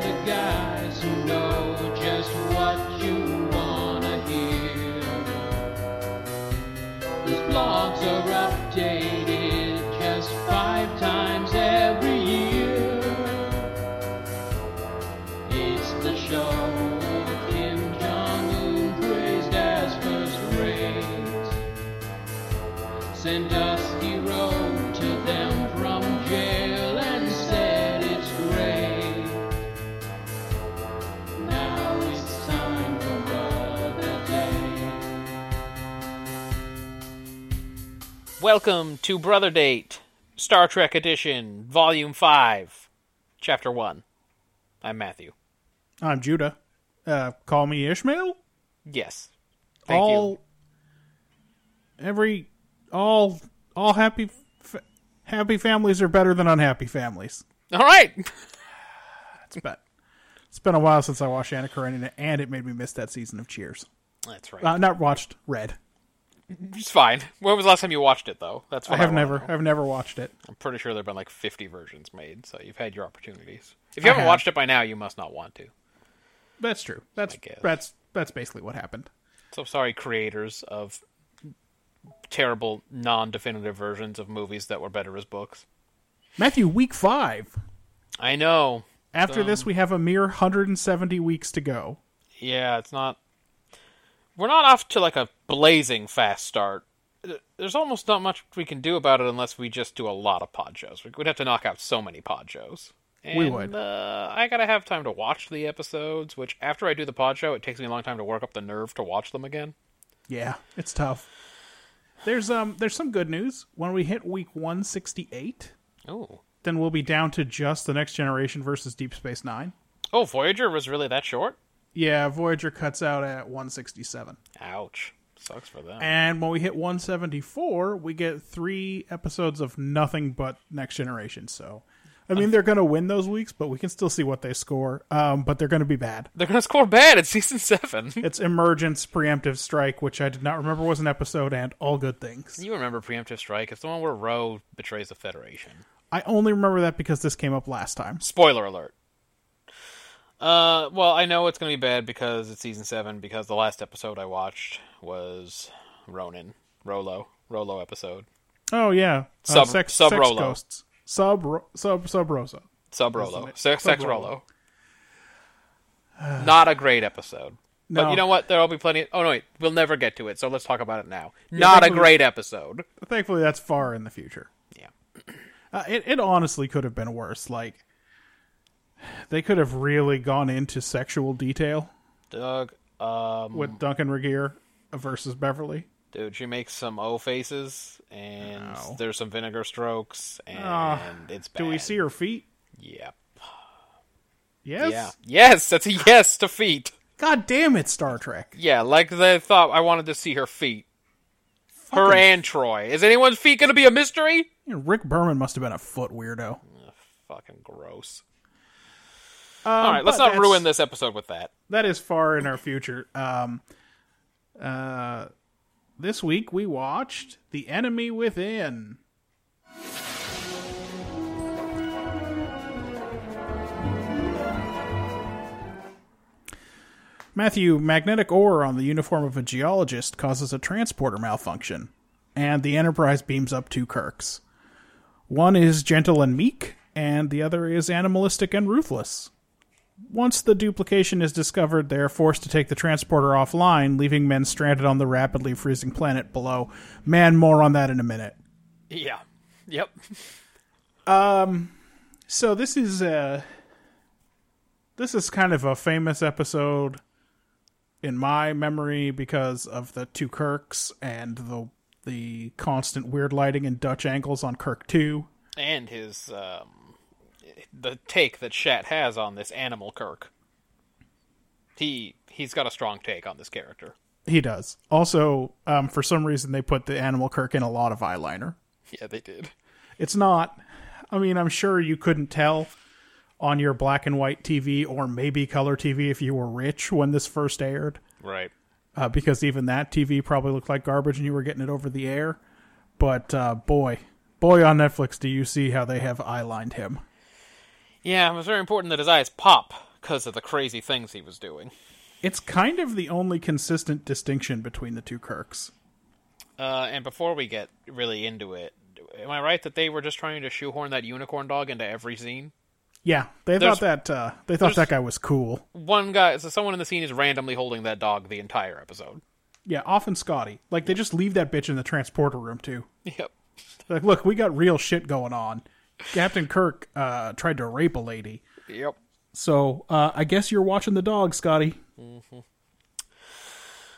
the guys who know just what you wanna hear. These blogs are updated just five times every year. It's the show of Kim Jong Un praised as first rate. Send Dusty Road to them from jail and said it's great. Now it's time for other day. Welcome to Brother Date, Star Trek Edition, Volume 5, Chapter 1. I'm Matthew. I'm Judah. Uh, call me Ishmael. Yes. Thank all you. every all all happy fa- happy families are better than unhappy families. All right. It's bet. It's been a while since I watched Anna Karenina, and it made me miss that season of Cheers. That's right. Uh, not watched Red. it's fine. When was the last time you watched it, though? That's I what have wanna never. know. I've never watched it. I'm pretty sure there have been like 50 versions made, so you've had your opportunities. If you haven't have. watched it by now, you must not want to. That's true. That's I guess. that's that's basically what happened. So sorry, creators of terrible, non definitive versions of movies that were better as books. Matthew, week five. I know. After this, we have a mere 170 weeks to go. Yeah, it's not. We're not off to like a blazing fast start. Th- There's almost not much we can do about it unless we just do a lot of pod shows. We- We'd have to knock out so many pod shows. And, We would. Uh, I gotta have time to watch the episodes, which after I do the pod show, it takes me a long time to work up the nerve to watch them again. Yeah, it's tough. There's um there's some good news. When we hit week 168, Oh, then we'll be down to just the next generation versus Deep Space Nine. oh, Voyager was really that short. Yeah, Voyager cuts out at 167. Oh. Ouch, sucks for them. And when we hit 174, we get three episodes of nothing but Next Generation. So, I mean, they're going to win those weeks, but we can still see what they score. Um, but they're going to be bad. They're gonna score bad in season seven. It's Emergence Preemptive Strike, which I did not remember was an episode, and All Good Things. you remember Preemptive Strike? It's the one where Roe betrays the Federation. I only remember that because this came up last time. Spoiler alert. Uh, well, I know it's gonna be bad because it's season seven. Because the last episode I watched was Ronin, Rolo, Rolo episode, Oh, yeah. Sub- Sub Rolo. Ghosts. Sub, Ro- sub, sub Rosa. sub Rolo, it? sex, Sub sex Rolo. Rolo. Not a great episode. But No. you know what? There'll be plenty. oh no, wait, we'll never get to it. So let's talk about it now. Not a thankfully- great episode. thankfully that's far in the future Yeah. uh, it, it honestly could have been worse like they could have really gone into sexual detail Doug, um, with duncan regeer versus beverly dude, she makes some O faces, and Ow. Ah. there's some vinegar strokes, and it's bad. do we see her feet Yep. yes Yeah. Yes, that's a yes to feet. god damn it star trek Yeah, like they thought I wanted to see her feet. Her Fucking- and Troy. Is anyone's feet going to be a mystery? rick berman must have been a foot weirdo Fucking gross. Um, All right, let's but not that's- ruin this episode with that. that is far in our future um uh this week we watched the enemy within Matthew, magnetic ore on the uniform of a geologist causes a transporter malfunction, and the Enterprise beams up two Kirks. One is gentle and meek, and the other is animalistic and ruthless. Once the duplication is discovered, they are forced to take the transporter offline, leaving men stranded on the rapidly freezing planet below. Man, more on that in a minute. Yeah. Yep. So this is uh this is kind of a famous episode in my memory because of the two Kirks and the the constant weird lighting and Dutch angles on Kirk two. And his um the take that Shat has on this animal Kirk. He he's got a strong take on this character. He does. Also, um, for some reason, they put the animal Kirk in a lot of eyeliner. Yeah, they did. It's not. I mean, I'm sure you couldn't tell on your black and white TV or maybe color TV if you were rich when this first aired. Right. uh, because even that TV probably looked like garbage and you were getting it over the air. But uh, boy, boy, on Netflix, do you see how they have eye lined him? Yeah, it was very important that his eyes pop because of the crazy things he was doing. It's kind of the only consistent distinction between the two Kirks. Uh, and before we get really into it, am I right that they were just trying to shoehorn that unicorn dog into every scene? Yeah, they There's- thought that uh, they thought that guy was cool. One guy, so someone in the scene is randomly holding that dog the entire episode. Yeah, often Scotty. Like they just leave that bitch in the transporter room too. Yep. Like, look, we got real shit going on. Captain Kirk uh, tried to rape a lady. Yep. So uh, I guess you're watching the dog, Scotty.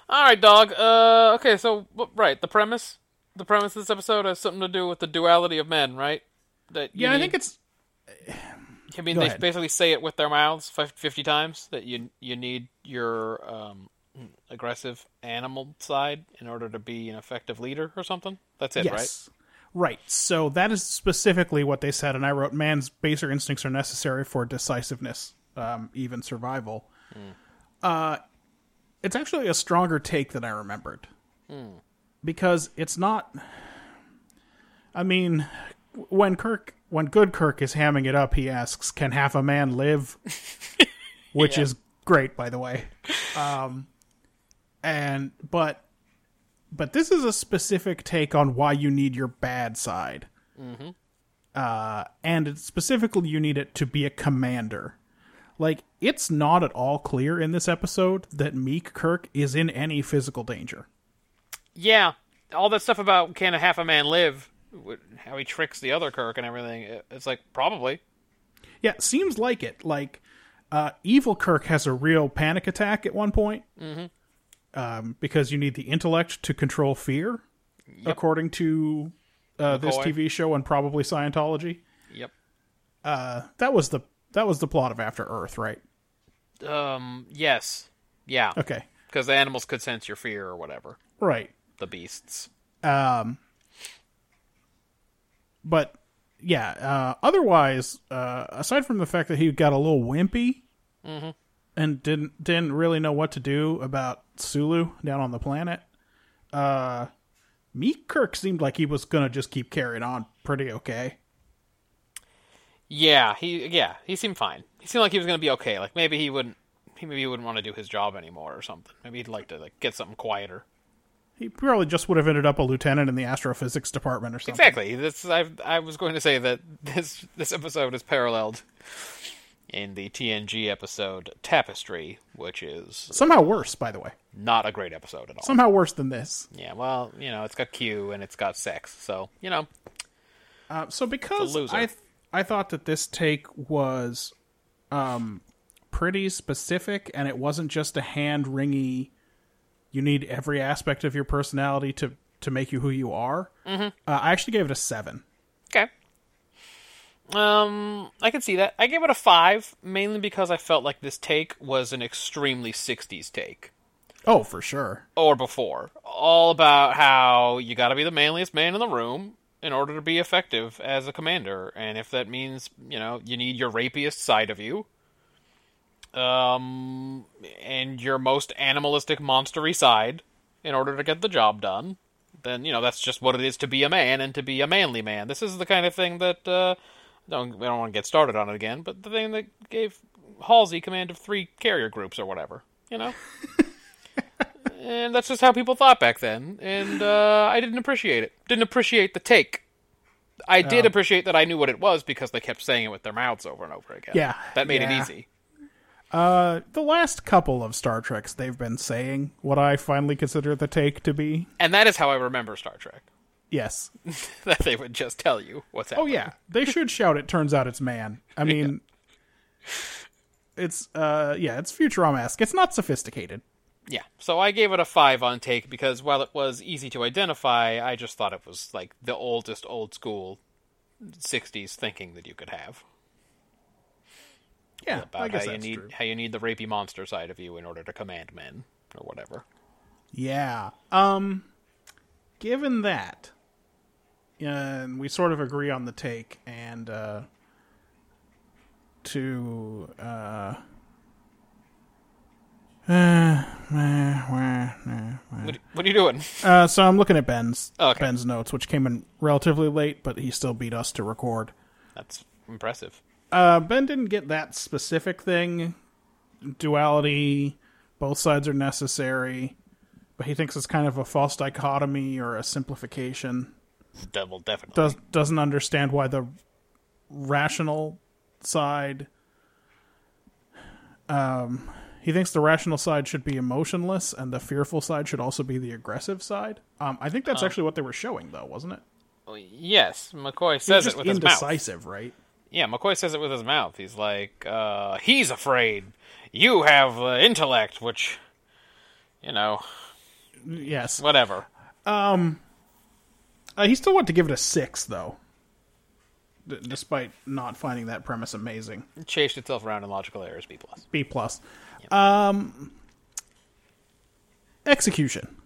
All right, dog. Uh, okay, so w- right, the premise, the premise of this episode has something to do with the duality of men, right? That you Yeah, I need- think it's I mean, Go they ahead. basically say it with their mouths fif- fifty times that you you need your um, aggressive animal side in order to be an effective leader or something. That's it, right? yes. Right. So that is specifically what they said, and I wrote, "Man's baser instincts are necessary for decisiveness, um, even survival." Uh, Hmm. it's actually a stronger take than I remembered, Hmm. because it's not. I mean, when Kirk, when good Kirk is hamming it up, he asks, "Can half a man live?" Which is great, by the way. Um, and but but this is a specific take on why you need your bad side. Uh, and it's specifically, you need it to be a commander. Like, it's not at all clear in this episode that Meek Kirk is in any physical danger. Yeah. All that stuff about can a half a man live, wh- how he tricks the other Kirk and everything. it- It's like probably. Yeah, seems like it. Like, uh, Evil Kirk has a real panic attack at one point um, because you need the intellect to control fear, according to uh, this McCoy. TV show and probably Scientology. Yep. That was the that was the plot of After Earth, right? Um. Yes. Yeah. Okay, Because the animals could sense your fear or whatever. right. The beasts. But yeah, uh, otherwise, uh, aside from the fact that he got a little wimpy and didn't didn't really know what to do about Sulu down on the planet, uh, Meek Kirk seemed like he was gonna just keep carrying on pretty okay. Yeah. He. Yeah. He seemed fine. He seemed like he was gonna be okay. Like maybe he wouldn't. He maybe he wouldn't want to do his job anymore or something. Maybe he'd like to like get something quieter. He probably just would have ended up a lieutenant in the astrophysics department or something. Exactly. This I I was going to say that this this episode is paralleled in the TNG episode Tapestry, which is Somehow worse, by the way. not a great episode at all. Somehow worse than this. Yeah, well, you know, it's got Q and it's got sex, so you know, Uh, so because loser. I th- I thought that this take was um pretty specific and it wasn't just a hand wringy you need every aspect of your personality to to make you who you are. Uh, I actually gave it a 7. okay. Um, I can see that. I gave it a five mainly because I felt like this take was an extremely '60s take, Oh, for sure. or before, all about how you got to be the manliest man in the room in order to be effective as a commander, and if that means you know you need your rapiest side of you, um, and your most animalistic, monstery side in order to get the job done, then you know that's just what it is to be a man and to be a manly man. This is the kind of thing that uh, don't we don't want to get started on it again, but the thing that gave Halsey command of three carrier groups or whatever, you know. and that's just how people thought back then, and uh, I didn't appreciate it. Didn't appreciate the take. I did Oh. appreciate that I knew what it was because they kept saying it with their mouths over and over again. Yeah, that made yeah. it easy. The last couple of Star Treks they've been saying what I finally consider the take to be. And that is how I remember Star Trek. Yes. That they would just tell you what's Oh happening. yeah, they should shout. It turns out it's man. I mean, it's uh, yeah, it's Futurama esque. It's not sophisticated. Yeah. So I gave it a five on take because while it was easy to identify, I just thought it was like the oldest old school sixties thinking that you could have. Yeah, About I guess how you that's need true. how you need the rapey monster side of you in order to command men or whatever. Yeah. Um, given that, and we sort of agree on the take, and uh, to uh, What, what are you doing? Uh, so I'm looking at Ben's Okay. Ben's notes, which came in relatively late, but he still beat us to record. That's impressive. Uh, ben didn't get that specific thing. Duality, both sides are necessary, but he thinks it's kind of a false dichotomy or a simplification. Devil definitely. Does doesn't understand why the rational side. Um, he thinks the rational side should be emotionless, and the fearful side should also be the aggressive side. Um, I think Oh. that's actually what they were showing, though, wasn't it? yes, McCoy says just it with his mouth. indecisive, right? Yeah, McCoy says it with his mouth. He's like, uh, he's afraid. You have the intellect, which, you know, Yes. whatever. Uh, he still wanted to give it a six, though, d- despite not finding that premise amazing. It chased itself around in logical errors, B plus. B plus. Um, execution.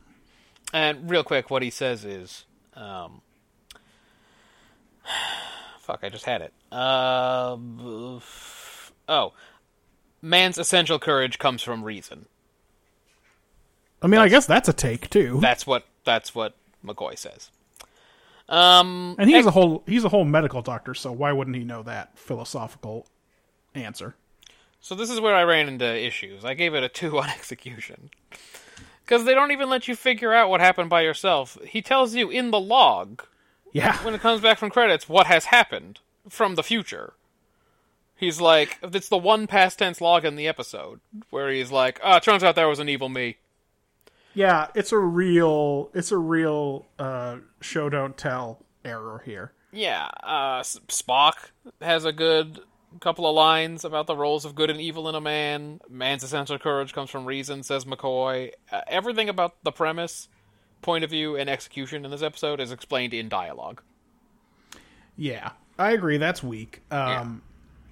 And real quick, what he says is, um, fuck, I just had it. Uh, oh, man's essential courage comes from reason. I mean, I guess that's a take too. That's what that's what McCoy says. and he's a whole he's a whole medical doctor, so why wouldn't he know that philosophical answer? So this is where I ran into issues. I gave it a two on execution because they don't even let you figure out what happened by yourself. He tells you in the log Yeah. when it comes back from credits what has happened from the future. He's like, it's the one past tense log in the episode where he's like, "Ah, turns out there was an evil me." Yeah, it's a real it's a real uh, show don't tell error here. Yeah, uh, S- Spock has a good couple of lines about the roles of good and evil in a man. Man's essential courage comes from reason, says McCoy. Uh, everything about the premise, point of view, and execution in this episode is explained in dialogue. Yeah, I agree. That's weak. Um,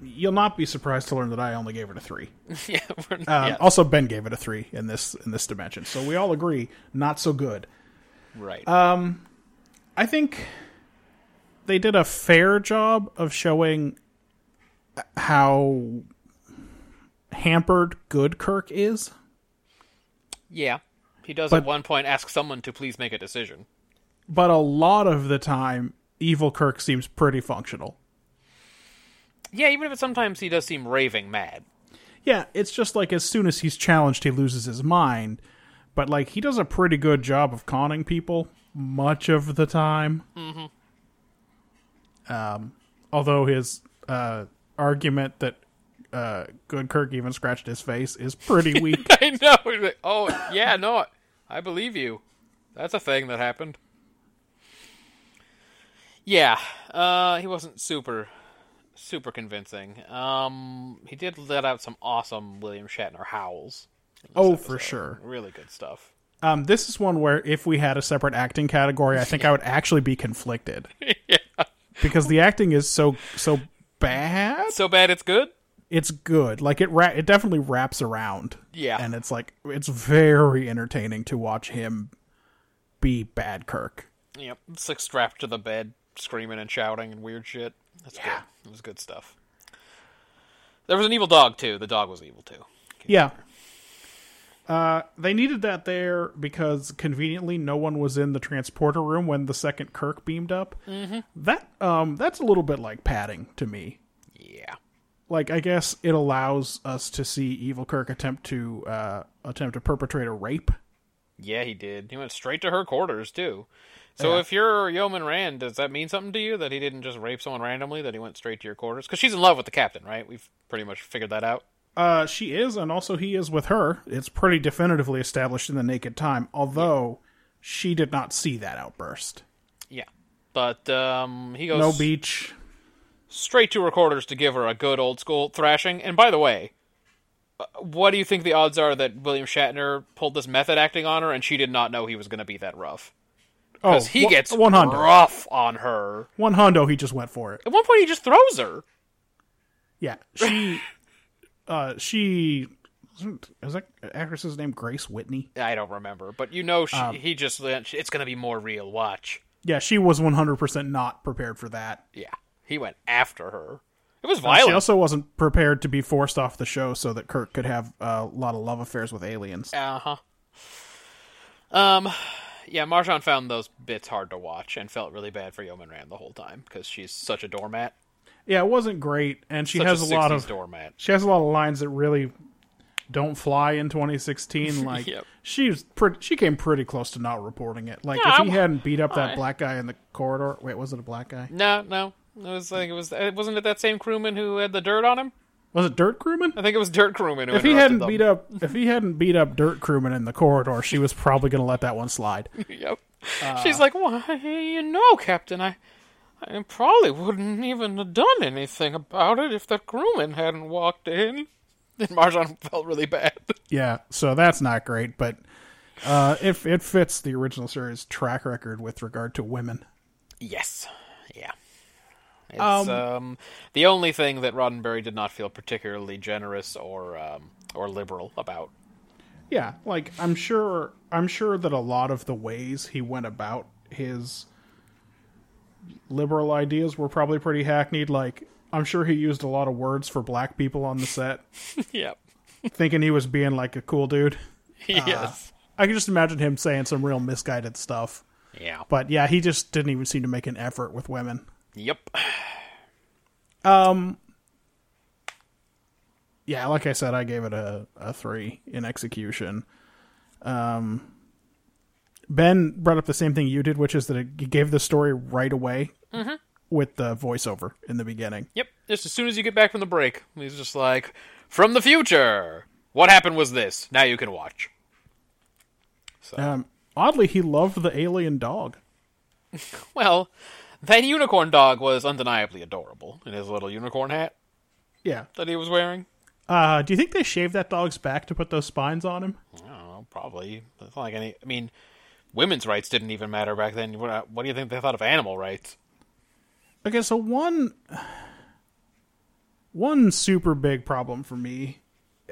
You'll not be surprised to learn that I only gave it a three. yeah, we're not, Um, yeah, Also, Ben gave it a three in this in this dimension, so we all agree not so good. right. uh, I think they did a fair job of showing how hampered good Kirk is. yeah, he does but- at one point ask someone to please make a decision. but a lot of the time, evil Kirk seems pretty functional. Yeah, even if it's sometimes he does seem raving mad. Yeah, it's just like as soon as he's challenged, he loses his mind. But like he does a pretty good job of conning people much of the time. Mm-hmm. Um, although his uh, argument that uh, good Kirk even scratched his face is pretty weak. I know. He's like, oh, yeah, no, I- I believe you. That's a thing that happened. Yeah, uh, he wasn't super, super convincing. Um, he did let out some awesome William Shatner howls. oh, for sure. Really good stuff. Um, this is one where if we had a separate acting category, I think I would actually be conflicted. Because the acting is so so bad. So bad it's good. it's good. Like it ra- it definitely wraps around. Yeah. And it's like it's very entertaining to watch him be bad Kirk. Yep, it's like strapped to the bed, screaming and shouting and weird shit. That's Yeah. good. It was good stuff. There was an evil dog too. The dog was evil too. Yeah. Uh, they needed that there because conveniently no one was in the transporter room when the second Kirk beamed up. Mm-hmm. That um, that's a little bit like padding to me. Yeah. Like I guess it allows us to see evil Kirk attempt to uh, attempt to perpetrate a rape. Yeah, he did. He went straight to her quarters too. So if you're Yeoman Rand, does that mean something to you that he didn't just rape someone randomly? That he went straight to your quarters? Because she's in love with the captain, right? We've pretty much figured that out. Uh, she is, and also he is with her. It's pretty definitively established in the naked time, although she did not see that outburst. Yeah. But um, he No goes beach. straight to her quarters to give her a good old school thrashing. And by the way, uh, what do you think the odds are that William Shatner pulled this method acting on her and she did not know he was going to be that rough? Oh, Because he one- gets one hundo. rough on her. One hundo. He just went for it. At one point, he just throws her. Yeah, she. uh, she. Is that actress's name Grace Whitney? I don't remember, but you know, she, Um, he just went, it's going to be more real. Watch. Yeah, she was one hundred percent not prepared for that. Yeah, he went after her, It was She violent. also wasn't prepared to be forced off the show so that Kirk could have uh, a lot of love affairs with aliens. Uh huh. Um, yeah, Marjan found those bits hard to watch and felt really bad for Yeoman Rand the whole time because she's such a doormat. Yeah, it wasn't great, and she Such has a, a, 60s lot of doormat. she has a lot of lines that really don't fly in 2016. Like Yep. she was pretty, she came pretty close to not reporting it. Like Yeah, if he I'm- hadn't beat up that I- black guy in the corridor. Wait, was it a black guy? No, no, it was like it was. It wasn't it that same crewman who had the dirt on him? Was it Dirt Crewman? I think it was Dirt Crewman. Who If he interrupted hadn't them. beat up, if he hadn't beat up Dirt Crewman in the corridor, she was probably going to let that one slide. Yep. She's like, "Why, you know, Captain, I, I probably wouldn't even have done anything about it if that crewman hadn't walked in." And Marjan felt really bad. Yeah, so that's not great, but uh, if it fits the original series track record with regard to women. Yes. Yeah. It's Um, um, the only thing that Roddenberry did not feel particularly generous or um, or liberal about. Yeah, like I'm sure I'm sure that a lot of the ways he went about his liberal ideas were probably pretty hackneyed. Like I'm sure he used a lot of words for black people on the set, Yep. thinking he was being like a cool dude. yes. I can just imagine him saying some real misguided stuff. Yeah. But yeah, he just didn't even seem to make an effort with women. Yep. yeah, like I said, I gave it a, a three in execution. Um, ben brought up the same thing you did, which is that it gave the story right away with the voiceover in the beginning. Yep. Just as soon as you get back from the break, he's just like, "From the future, what happened was this. Now you can watch." Um, oddly, he loved the alien dog. Well, that unicorn dog was undeniably adorable in his little unicorn hat Yeah. that he was wearing. Uh, do you think they shaved that dog's back to put those spines on him? I don't know, probably. It's not like any. I mean, women's rights didn't even matter back then. What, what do you think they thought of animal rights? Okay, so one one super big problem for me,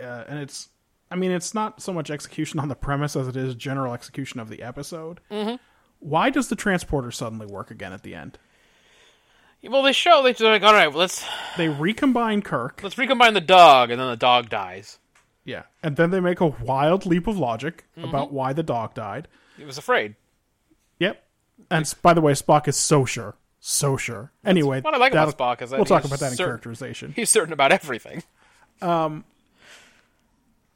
uh, and it's I mean it's not so much execution on the premise as it is general execution of the episode. Mm-hmm. Why does the transporter suddenly work again at the end? Well, they show they they're like, all right, well, let's They recombine Kirk, let's recombine the dog, and then the dog dies. yeah, and then they make a wild leap of logic Mm-hmm. about why the dog died. He was afraid. Yep, and s- by the way, Spock is so sure, so sure. Anyway, what I like about that'll- Spock is that we'll talk he's about that in certain- characterization. He's certain about everything.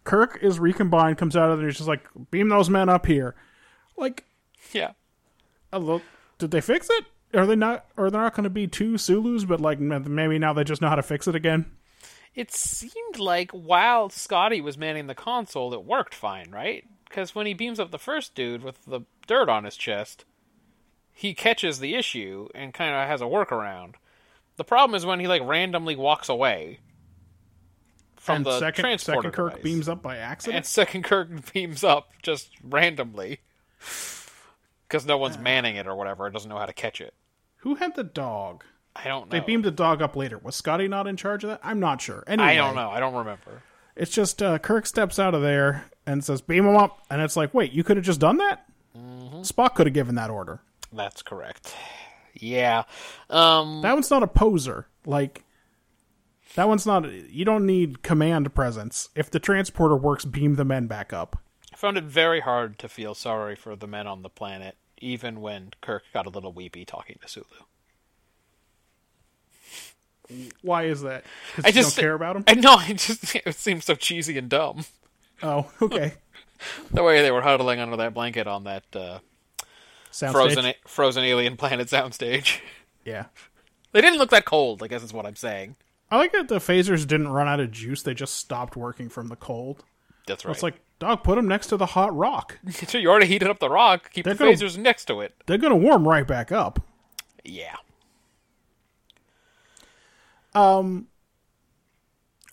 Kirk is recombined, comes out of there, he's just like, beam those men up here. Like, Yeah. a little, did they fix it? Are they not? Are there not going to be two Zulus? But like, m- maybe now they just know how to fix it again. It seemed like while Scotty was manning the console, it worked fine, right? Because when he beams up the first dude with the dirt on his chest, he catches the issue and kind of has a workaround. The problem is when he like randomly walks away from and the second, transporter. second Kirk device. beams up by and accident. second Kirk beams up just randomly because no Uh. one's manning it or whatever. It doesn't know how to catch it. Who had the dog? I don't know. They beamed the dog up later. Was Scotty not in charge of that? I'm not sure. Anyway, Oh. I don't know. I don't remember. It's just uh, Kirk steps out of there and says, "Beam him up," and it's like, wait, you could have just done that. Mm-hmm. Spock could have given that order. That's correct. Yeah. Um, That one's not a poser. Like that one's not. You don't need command presence. If the transporter works, beam the men back up. I found it very hard to feel sorry for the men on the planet, even when Kirk got a little weepy talking to Sulu. Why is that? 'Cause I you just don't care about him. I know. It just it seemed so cheesy and dumb. Oh, okay. The way they were huddling under that blanket on that uh, Sounds frozen a- frozen alien planet soundstage. Yeah. They didn't look that cold. I guess is what I'm saying. I like that the phasers didn't run out of juice. They just stopped working from the cold. That's right. It's like, dog, put them next to the hot rock. So you already heated up the rock. Keep the They're gonna- phasers next to it. They're gonna warm right back up. Yeah. Um,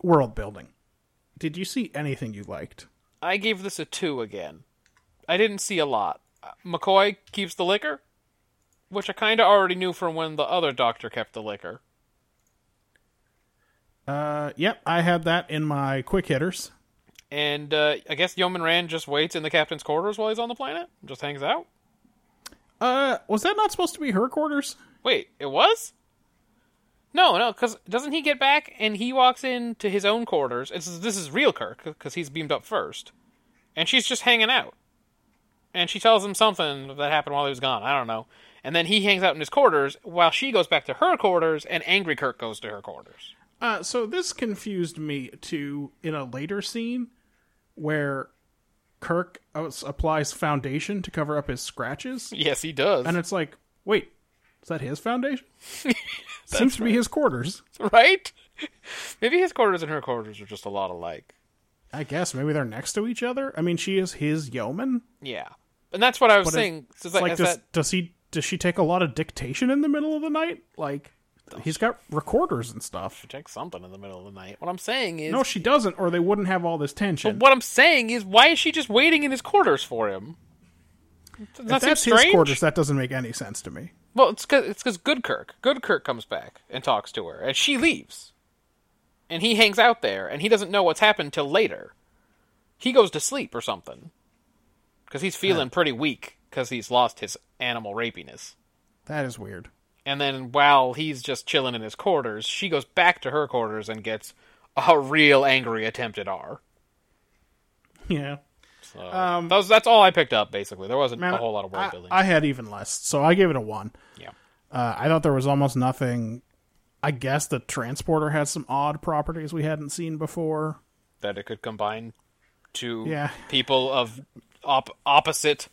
World building. Did you see anything you liked? I gave this a two again. I didn't see a lot. Uh, McCoy keeps the liquor, which I kind of already knew from when the other doctor kept the liquor. Uh, yep, I had that in my quick hitters. And uh, I guess Yeoman Rand just waits in the captain's quarters while he's on the planet, just hangs out. Uh, was that not supposed to be her quarters? Wait, it was? No, no, because doesn't he get back and he walks into his own quarters? This is, this is real Kirk because he's beamed up first, and she's just hanging out, and she tells him something that happened while he was gone. I don't know, and then he hangs out in his quarters while she goes back to her quarters, and angry Kirk goes to her quarters. Uh, so this confused me too in a later scene where Kirk uh, applies foundation to cover up his scratches, Yes, he does. and it's like, wait, is that his foundation? Seems to be his quarters. right? Maybe his quarters and her quarters are just a lot alike. I guess maybe they're next to each other. I mean, she is his yeoman. Yeah, and that's what I was But it- saying. It's it's like, like, is does, that- does he does she take a lot of dictation in the middle of the night? Like, he's got recorders and stuff. check something in the middle of the night. What I'm saying is, No, she doesn't, or they wouldn't have all this tension. what I'm saying is, why is she just waiting in his quarters for him? Does if that seem that's his strange? quarters. That doesn't make any sense to me. Well, it's because it's because Goodkirk. Goodkirk comes back and talks to her, and she leaves, and he hangs out there, and he doesn't know what's happened till later. He goes to sleep or something, because he's feeling pretty weak because he's lost his animal rapiness. That is weird. And then while he's just chilling in his quarters, she goes back to her quarters and gets a real angry attempt at R. Yeah, So that was- that's all I picked up basically. There wasn't Um, Man, a whole lot of world I, building. I had even less, so I gave it a one. yeah. Uh, I thought there was almost nothing. I guess the transporter had some odd properties we hadn't seen before. that it could combine two Yeah. people of op- opposite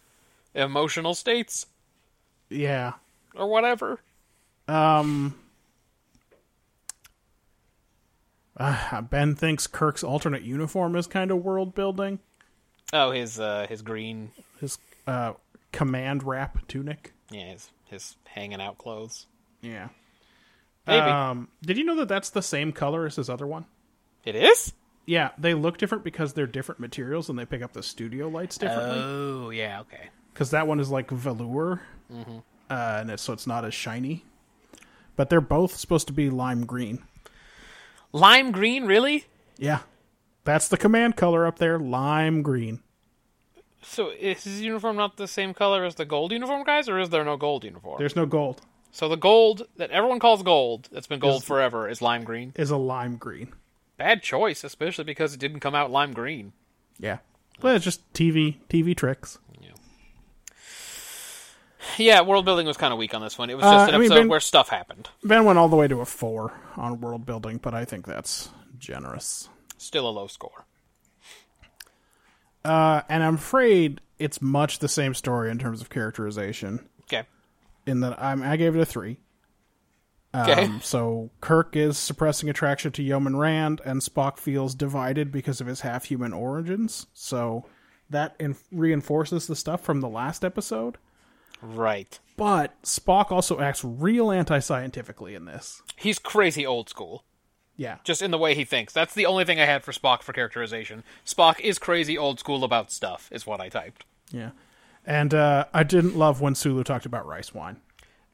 emotional states Yeah, or whatever. Uh, Ben thinks Kirk's alternate uniform is kind of world building. Oh, his uh, his green, His uh, command wrap tunic. yeah, his his hanging out clothes. Yeah. Maybe Um, did you know that that's the same color as his other one? it is. Yeah, they look different because they're different materials and they pick up the studio lights differently. Oh yeah, okay. Because that one is like velour, uh, and it's, so it's not as shiny. But they're both supposed to be lime green. Lime green, really? Yeah, that's the command color up there, lime green. So is his uniform not the same color as the gold uniform guys, or is there no gold uniform? There's no gold. So the gold that everyone calls gold, that's been gold forever, is lime green. Is a lime green. Bad choice, especially because it didn't come out lime green. Yeah, but it's just TV TV tricks. Yeah, world building was kind of weak on this one. It was just Uh, an I mean, episode Ben- where stuff happened. Ben went all the way to a four on world building, but I think that's generous. Still a low score. Uh, and I'm afraid it's much the same story in terms of characterization. Okay. In that I'm, I gave it a three. Okay. Um, so Kirk is suppressing attraction to Yeoman Rand, and Spock feels divided because of his half-human origins. So that in- reinforces the stuff from the last episode. right. But Spock also acts real anti-scientifically in this. He's crazy old school, Yeah, just in the way he thinks. That's the only thing I had for Spock for characterization. Spock is crazy old school about stuff, is what I typed. yeah. And uh, I didn't love when Sulu talked about rice wine.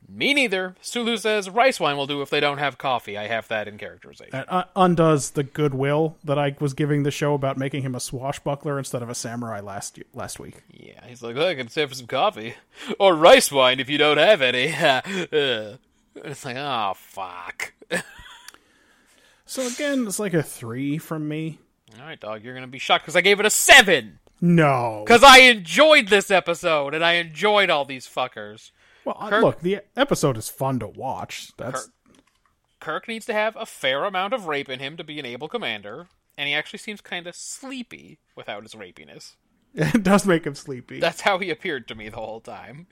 Me neither. Sulu says rice wine will do if they don't have coffee. I have that in characterization. It uh, undoes the goodwill that I was giving the show about making him a swashbuckler instead of a samurai last last week. yeah, he's like, look, it's time for some coffee. Or rice wine if you don't have any. Uh, it's like, oh, fuck. So again, it's like a three from me. All right, dog, you're going to be shocked because I gave it a seven. No, Because I enjoyed this episode and I enjoyed all these fuckers. well, I- Kirk- look, the episode is fun to watch. That's Kirk needs to have a fair amount of rape in him to be an able commander, and he actually seems kind of sleepy without his rapiness. it does make him sleepy. That's how he appeared to me the whole time.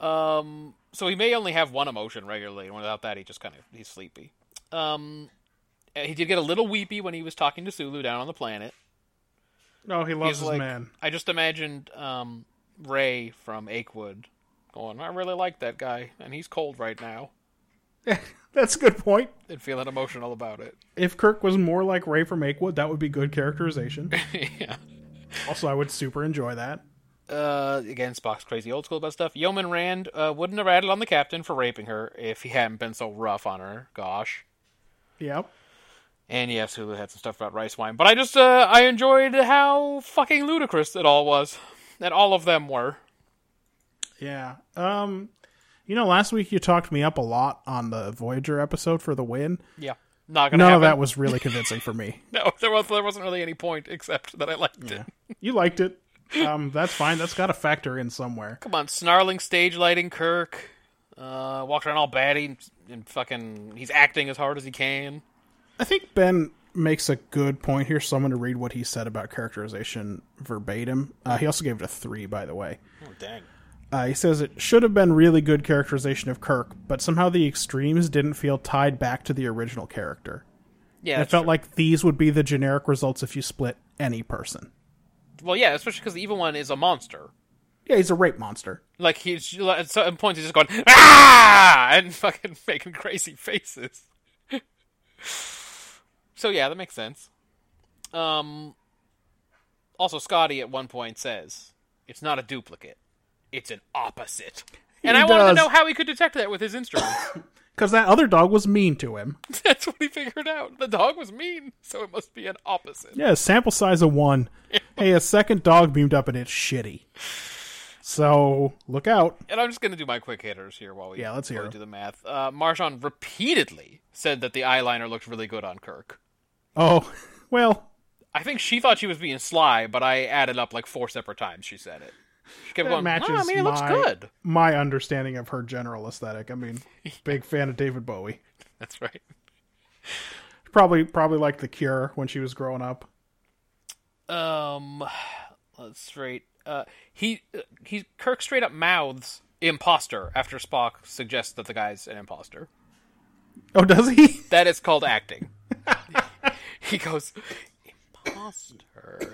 Um, so he may only have one emotion regularly, and without that, he just kind of he's sleepy. Um, uh, he did get a little weepy when he was talking to Sulu down on the planet. no, he He's loves his like, man. I just imagined um, Ray from Akewood going, "I really like that guy, and he's cold right now," That's a good point. and feeling emotional about it. If Kirk was more like Ray from Akewood, that would be good characterization. yeah. also, I would super enjoy that. uh, again, Spock's crazy old school about stuff. Yeoman Rand uh, wouldn't have rattled on the captain for raping her if he hadn't been so rough on her. Gosh. Yep. And yeah, Sulu had some stuff about rice wine. But I just, uh, I enjoyed how fucking ludicrous it all was. That all of them were. Yeah. Um You know, last week you talked me up a lot on the Voyager episode for the win. Yeah, not gonna. None happen. of that was really convincing for me. No, there was there wasn't really any point except that I liked it. You liked it. Um, that's fine. That's got to factor in somewhere. Come on, snarling stage lighting Kirk, uh, walked around all batty and, and fucking. He's acting as hard as he can. I think Ben makes a good point here. So I'm going to read what he said about characterization verbatim. Uh, he also gave it a three, by the way. Oh, dang. Uh, he says it should have been really good characterization of Kirk, but somehow the extremes didn't feel tied back to the original character. Yeah, I that's felt true. like these would be the generic results if you split any person. Well, yeah, especially because the evil one is a monster. Yeah, he's a rape monster. Like he's like, at certain points he's just going ah and fucking making crazy faces. so yeah, that makes sense. Um. Also, Scotty at one point says it's not a duplicate; it's an opposite. And I wanted to does. know how he could detect that with his instruments. Because that other dog was mean to him. That's what he figured out. The dog was mean, so it must be an opposite. Yeah, sample size of one. hey, a second dog beamed up and it's shitty. So look out. And I'm just going to do my quick hitters here while we Yeah, let's while hear we it. do the math. Uh, Marjan repeatedly said that the eyeliner looked really good on Kirk. Oh, well, I think she thought she was being sly, but I added up like four separate times she said it. She kept that going, matches. "No, I mean, it looks my- good. My understanding of her general aesthetic. I mean, big fan of David Bowie. That's right. Probably, probably liked The Cure when she was growing up. Um, let's rate. Uh, he uh, he Kirk straight up mouths imposter after Spock suggests that the guy's an imposter. Oh, does he? That is called acting. he goes imposter.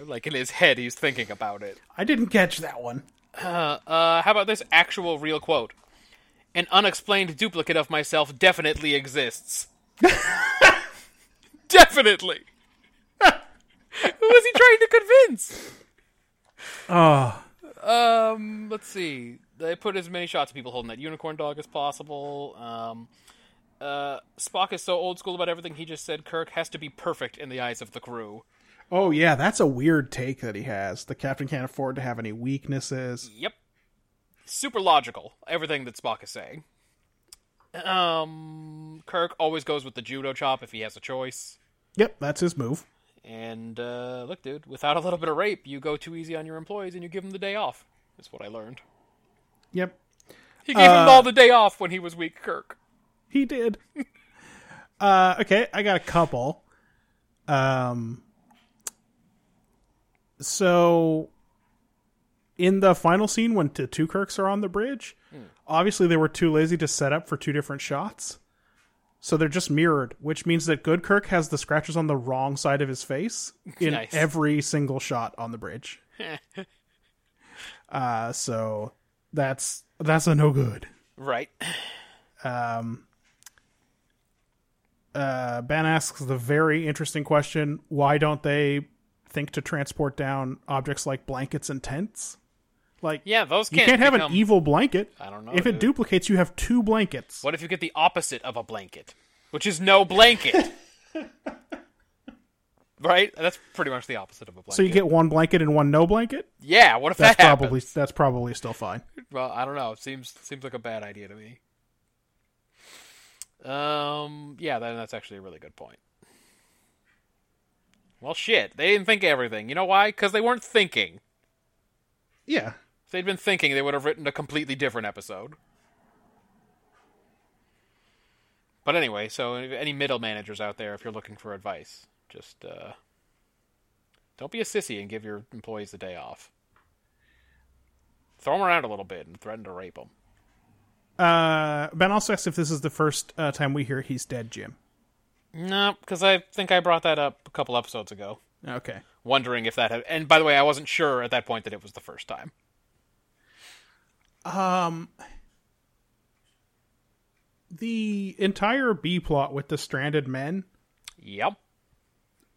Like in his head, he's thinking about it. I didn't catch that one. Uh, how about this actual real quote? An unexplained duplicate of myself definitely exists. definitely. Who was he trying to convince? Ah. Oh, Um, let's see. They put as many shots of people holding that unicorn dog as possible. Um, uh, Spock is so old school about everything he just said. Kirk has to be perfect in the eyes of the crew. oh yeah, that's a weird take that he has. The captain can't afford to have any weaknesses. Yep. Super logical, everything that Spock is saying. Um, Kirk always goes with the judo chop if he has a choice. Yep, that's his move. And uh, look, dude, without a little bit of rape, you go too easy on your employees and you give them the day off. That's what I learned. Yep, He gave Uh, them all the day off when he was weak, Kirk. He did. uh, okay, I got a couple. Um, so in the final scene when the two Kirks are on the bridge, obviously they were too lazy to set up for two different shots. So they're just mirrored, which means that good Kirk has the scratches on the wrong side of his face in Nice. every single shot on the bridge. uh, so that's that's a no good. Right. uh, Ben asks the very interesting question: Why don't they think to transport down objects like blankets and tents? Like, Yeah, those you can't, can't have become- an evil blanket. I don't know, If it dude. duplicates, you have two blankets. What if you get the opposite of a blanket, which is no blanket? right? That's pretty much the opposite of a blanket. So you get one blanket and one no blanket. yeah, what if That's that probably happens? that's probably still fine. Well, I don't know. It seems seems like a bad idea to me. Um, yeah, that, that's actually a really good point. Well, shit, they didn't think everything. You know why? Because they weren't thinking. Yeah, If they'd been thinking, they would have written a completely different episode. But anyway, so if any middle managers out there, if you're looking for advice, just uh, don't be a sissy and give your employees the day off. Throw them around a little bit and threaten to rape them. uh, Ben also asks if this is the first uh, time we hear he's dead, Jim. No, because I think I brought that up a couple episodes ago, Okay. wondering if that had. And by the way, I wasn't sure at that point that it was the first time. The entire B plot with the stranded men Yep.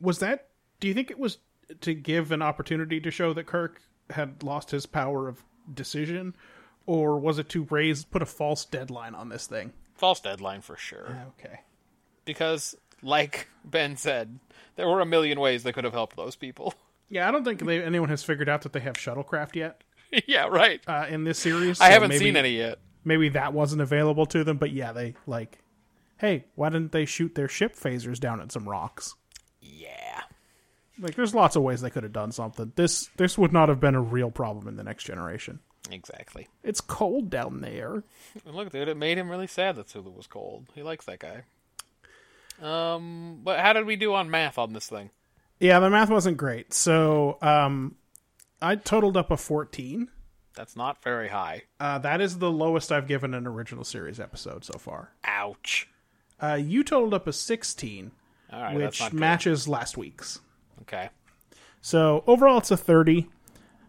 was that do you think it was to give an opportunity to show that kirk had lost his power of decision or was it to raise put a false deadline on this thing False deadline for sure. okay Because, like Ben said, there were a million ways they could have helped those people. yeah i don't think they, anyone has figured out that they have shuttlecraft yet yeah, right. uh, in this series I so haven't maybe- seen any yet. maybe that wasn't available to them, but yeah, they like, hey, why didn't they shoot their ship phasers down at some rocks? Yeah. Like, there's lots of ways they could have done something. This this would not have been a real problem in the next generation. Exactly. It's cold down there. And look, dude, it made him really sad that Sulu was cold. He likes that guy. Um, but how did we do on math on this thing? Yeah, the math wasn't great. So, um, I totaled up a 14. That's not very high. Uh, that is the lowest I've given an original series episode so far. Ouch. Uh, you totaled up a 16, All right, that's which not good. matches last week's. Okay. So overall, it's a 30.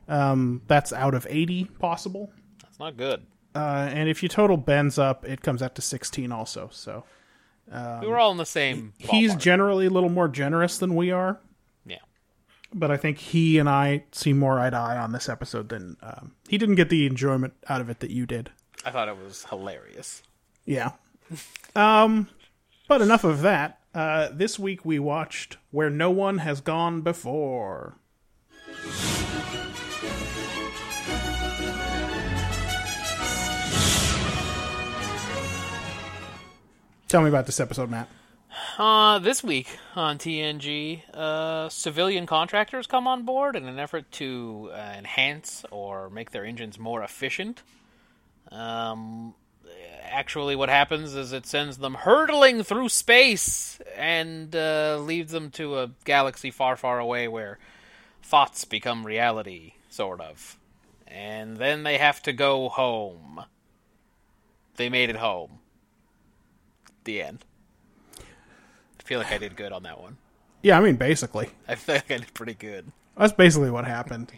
Um, that's out of 80 possible. That's not good. Uh, and if you total Ben's up, it comes out to 16 also. So we were all in the same. he's ballpark. generally a little more generous than we are, yeah. but I think he and I see more eye to eye on this episode than um, he didn't get the enjoyment out of it that you did. I thought it was hilarious. Yeah. Um, but enough of that. Uh, this week we watched Where No One Has Gone Before. Tell me about this episode, Matt. Uh, this week on TNG, uh, civilian contractors come on board in an effort to uh, enhance or make their engines more efficient. Um, actually, what happens is it sends them hurtling through space and uh, leads them to a galaxy far, far away where thoughts become reality, sort of. And then they have to go home. They made it home. The end. I feel like I did good on that one. Yeah, I mean, basically, I feel like I did pretty good. that's basically what happened.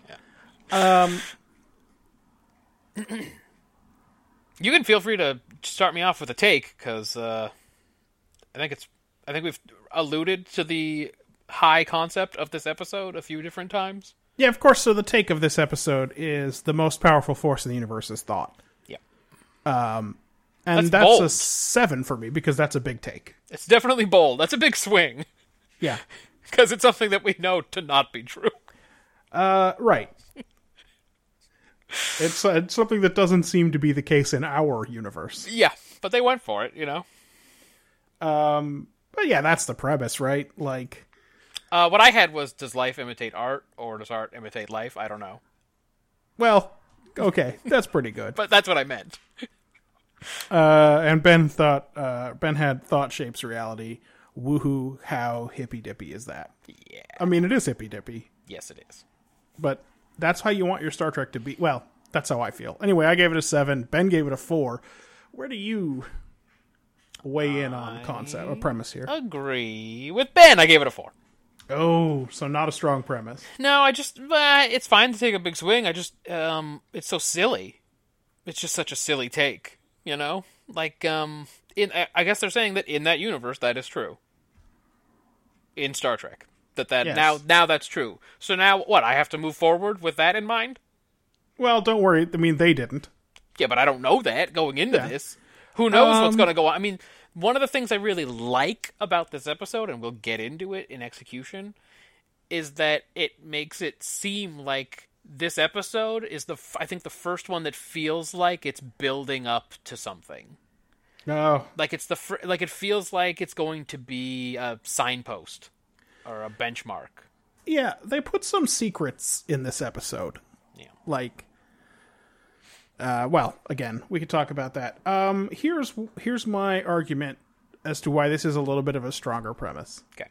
You can feel free to start me off with a take because uh, I think it's I think we've alluded to the high concept of this episode a few different times. Yeah, of course. So the take of this episode is the most powerful force in the universe is thought, Um, Yeah, and That's that's a bold. seven for me because that's a big take. it's definitely bold. That's a big swing Yeah, because it's something that we know to not be true. Uh, Right. It's, uh, it's something that doesn't seem to be the case in our universe. Yeah, but they went for it, you know. But yeah, that's the premise, right? Like, Uh, what I had was does life imitate art or does art imitate life? I don't know, well, okay, that's pretty good. but that's what I meant. Uh, and Ben thought uh, Ben had thought shapes reality. Woohoo! How hippy dippy is that? Yeah, I mean, it is hippy dippy, yes, it is. but that's how you want your Star Trek to be. Well, that's how I feel. Anyway, I gave it a seven. Ben gave it a four. Where do you weigh in on concept or premise here? Agree with Ben. I gave it a four. Oh, so not a strong premise. No, I just uh, it's fine to take a big swing. I just um, it's so silly. It's just such a silly take, you know. Like um, in I- I guess they're saying that in that universe that is true. In Star Trek, that that Yes. now now that's true. So now what? I have to move forward with that in mind. Well, don't worry. I mean, they didn't. Yeah, but I don't know that going into this. Who knows what's going to go on? I mean, one of the things I really like about this episode, and we'll get into it in execution, is that it makes it seem like this episode is the f- I think the first one that feels like it's building up to something. No. Like it's the fr- like it feels like it's going to be a signpost or a benchmark. Yeah, they put some secrets in this episode. Yeah. Like, uh, well, again, we could talk about that. Um, here's here's my argument as to why this is a little bit of a stronger premise. Okay.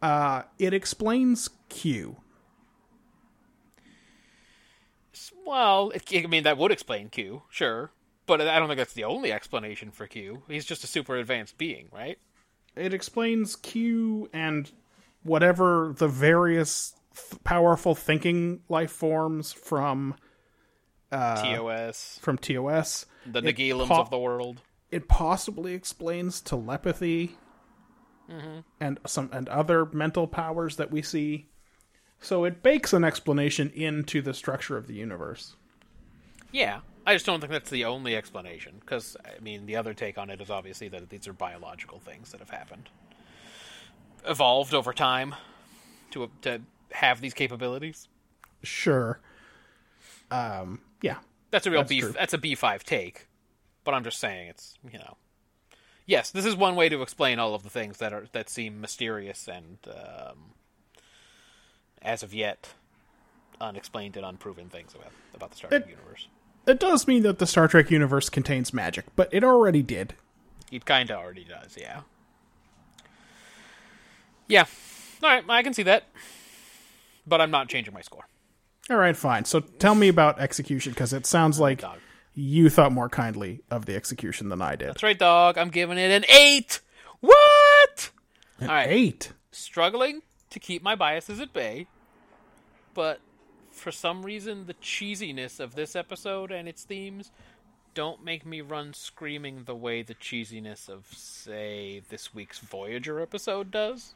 Uh, it explains Q. S- Well, it, I mean that would explain Q, sure, but I don't think that's the only explanation for Q. He's just a super advanced being, right? It explains Q and whatever the various th- powerful thinking life forms from TOS, from TOS. the it Nagilums po- of the world. it possibly explains telepathy Mm-hmm. and some and other mental powers that we see. So it bakes an explanation into the structure of the universe. Yeah, I just don't think that's the only explanation because I mean the other take on it is obviously that these are biological things that have happened, evolved over time to to have these capabilities. Sure. Um, yeah. That's a real That's B. true. That's a B five take, but I'm just saying it's you know. Yes, this is one way to explain all of the things that are that seem mysterious and um, as of yet unexplained and unproven things about about the Star Trek universe. That does mean that the Star Trek universe contains magic, but it already did. It kind of already does, yeah. Yeah. All right, I can see that. But I'm not changing my score. All right, fine. So tell me about execution because it sounds like Dog. you thought more kindly of the execution than I did. That's right, dog. I'm giving it an 8. What? All right. Eight. Struggling to keep my biases at bay, but for some reason the cheesiness of this episode and its themes don't make me run screaming the way the cheesiness of say this week's Voyager episode does.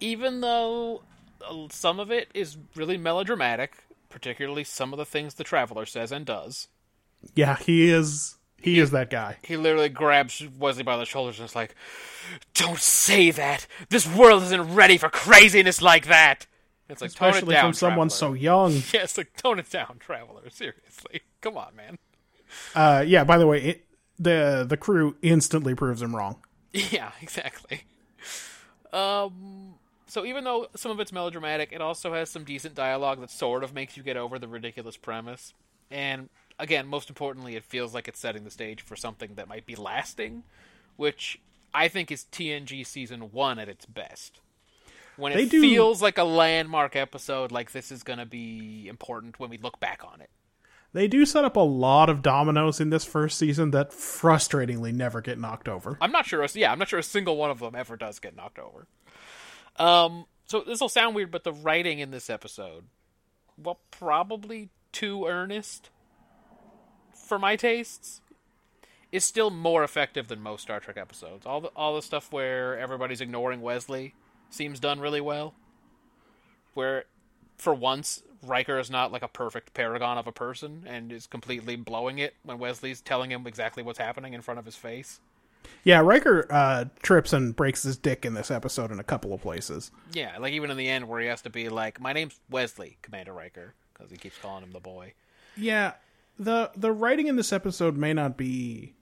even though uh, some of it is really melodramatic, particularly some of the things the traveler says and does. Yeah, he is. He is that guy. He literally grabs Wesley by the shoulders and is like, "Don't say that. This world isn't ready for craziness like that." It's like tone Especially it down, from someone so traveler. young. yeah, it's like tone it down, traveler. Seriously, come on, man. Uh, yeah. By the way, it, the the crew instantly proves him wrong. Yeah, exactly. Um, so even though some of it's melodramatic, it also has some decent dialogue that sort of makes you get over the ridiculous premise. And again, most importantly, it feels like it's setting the stage for something that might be lasting, which I think is TNG season one at its best. When it They do- feels like a landmark episode, like this is going to be important when we look back on it. They do set up a lot of dominoes in this first season that frustratingly never get knocked over. I'm not sure. Yeah, I'm not sure a single one of them ever does get knocked over. Um, so this will sound weird, but the writing in this episode, well, probably too earnest for my tastes, is still more effective than most Star Trek episodes. All the all the stuff where everybody's ignoring Wesley seems done really well. Where, for once, Riker is not like a perfect paragon of a person and is completely blowing it when Wesley's telling him exactly what's happening in front of his face. Yeah, Riker uh, trips and breaks his dick in this episode in a couple of places. Yeah, like even in the end where he has to be like, "My name's Wesley, Commander Riker," because he keeps calling him the boy. Yeah, the the writing in this episode may not be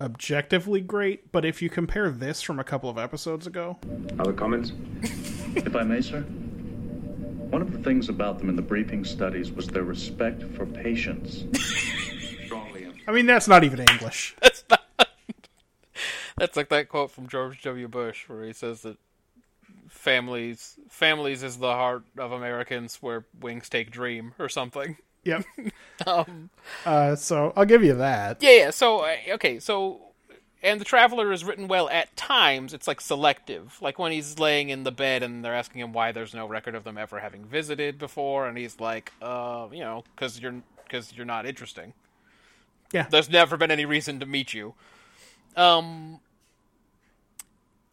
objectively great, but if you compare this from a couple of episodes ago, Other comments? If I may, sir. One of the things about them in the briefing studies was their respect for patients. I mean that's not even English. That's like that quote from George W. Bush where he says that families families is the heart of Americans, where wings take dream or something. yep. Oh, uh, so I'll give you that. Yeah, yeah. So uh, okay, so and the traveler is written well at times. It's like selective, like when he's laying in the bed and they're asking him why there's no record of them ever having visited before, and he's like, uh, you know, because you're because you're not interesting. Yeah. there's never been any reason to meet you. Um,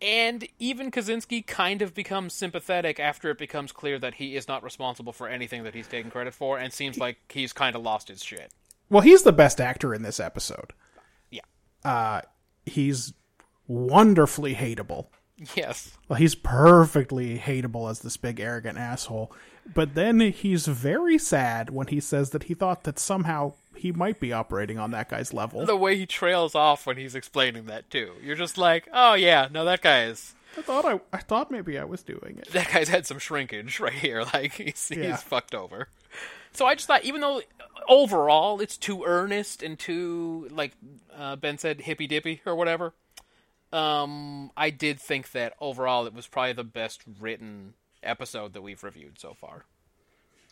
and even Kaczynski kind of becomes sympathetic after it becomes clear that he is not responsible for anything that he's taking credit for, and seems like he's kind of lost his shit. Well, he's the best actor in this episode. Yeah. Uh, He's wonderfully hateable. Yes. Well, he's perfectly hateable as this big arrogant asshole. But then he's very sad when he says that he thought that somehow he might be operating on that guy's level. the way he trails off when he's explaining that too. You're just like, oh yeah, no, that guy is I thought I, I thought maybe I was doing it. that guy's had some shrinkage right here. Like he's Yeah. he's fucked over. So I just thought, even though overall it's too earnest and too like uh, Ben said, hippy dippy or whatever. Um, I did think that overall it was probably the best written episode that we've reviewed so far.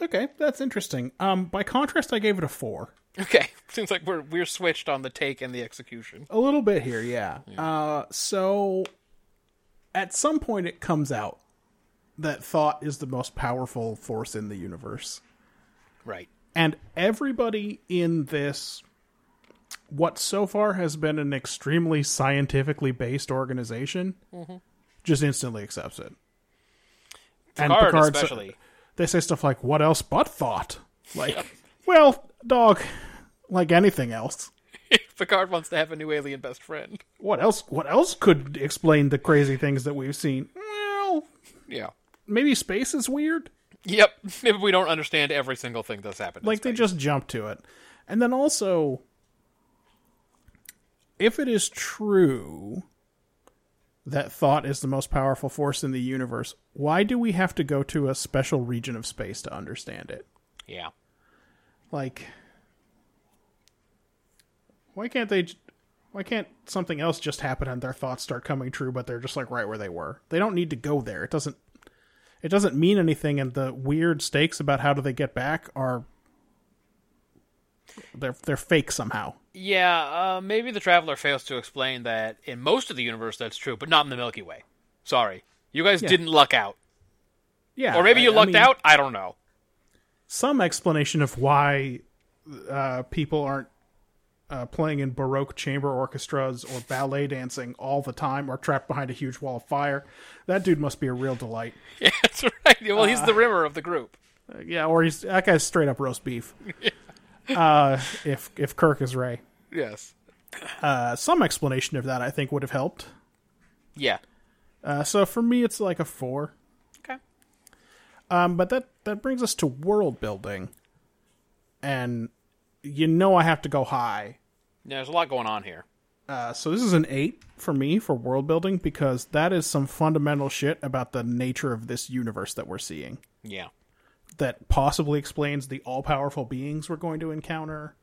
Okay, that's interesting. Um, by contrast, I gave it a four. Okay, seems like we're we're switched on the take and the execution. A little bit here, yeah. Uh, so at some point, it comes out that thought is the most powerful force in the universe. Right. And everybody in this, what so far has been an extremely scientifically based organization, Mm-hmm. just instantly accepts it. Picard sa- especially. they say stuff like, "What else but thought?" Like, well, dog, like anything else. Picard wants to have a new alien best friend. What else? What else could explain the crazy things that we've seen? Well, Yeah. maybe space is weird. Yep. Maybe we don't understand every single thing that's happened. in Like they space. just jump to it. And then also, if it is true that thought is the most powerful force in the universe, why do we have to go to a special region of space to understand it? Yeah. Like, why can't they? j- Why can't something else just happen and their thoughts start coming true? But they're just like right where they were. They don't need to go there. It doesn't. It doesn't mean anything, and the weird stakes about how do they get back are they're they're fake somehow. Yeah, uh, maybe the Traveler fails to explain that in most of the universe that's true, but not in the Milky Way. Sorry. You guys didn't luck out. Yeah, Or maybe Uh, I- you I lucked mean- out? I don't know. some explanation of why uh, people aren't uh, playing in baroque chamber orchestras or ballet dancing all the time or trapped behind a huge wall of fire that dude must be a real delight Yeah, that's right. Well, he's the rimmer of the group. Uh, yeah or he's that guy's straight up roast beef uh, if if kirk is ray Yes. uh, some explanation of that i think would have helped Yeah. uh, so for me it's like a four Okay. Um, but that that brings us to world building, and you know I have to go high. Yeah, there's a lot going on here. Uh, so this is an eight for me for world building because that is some fundamental shit about the nature of this universe that we're seeing Yeah. that possibly explains the all powerful beings we're going to encounter.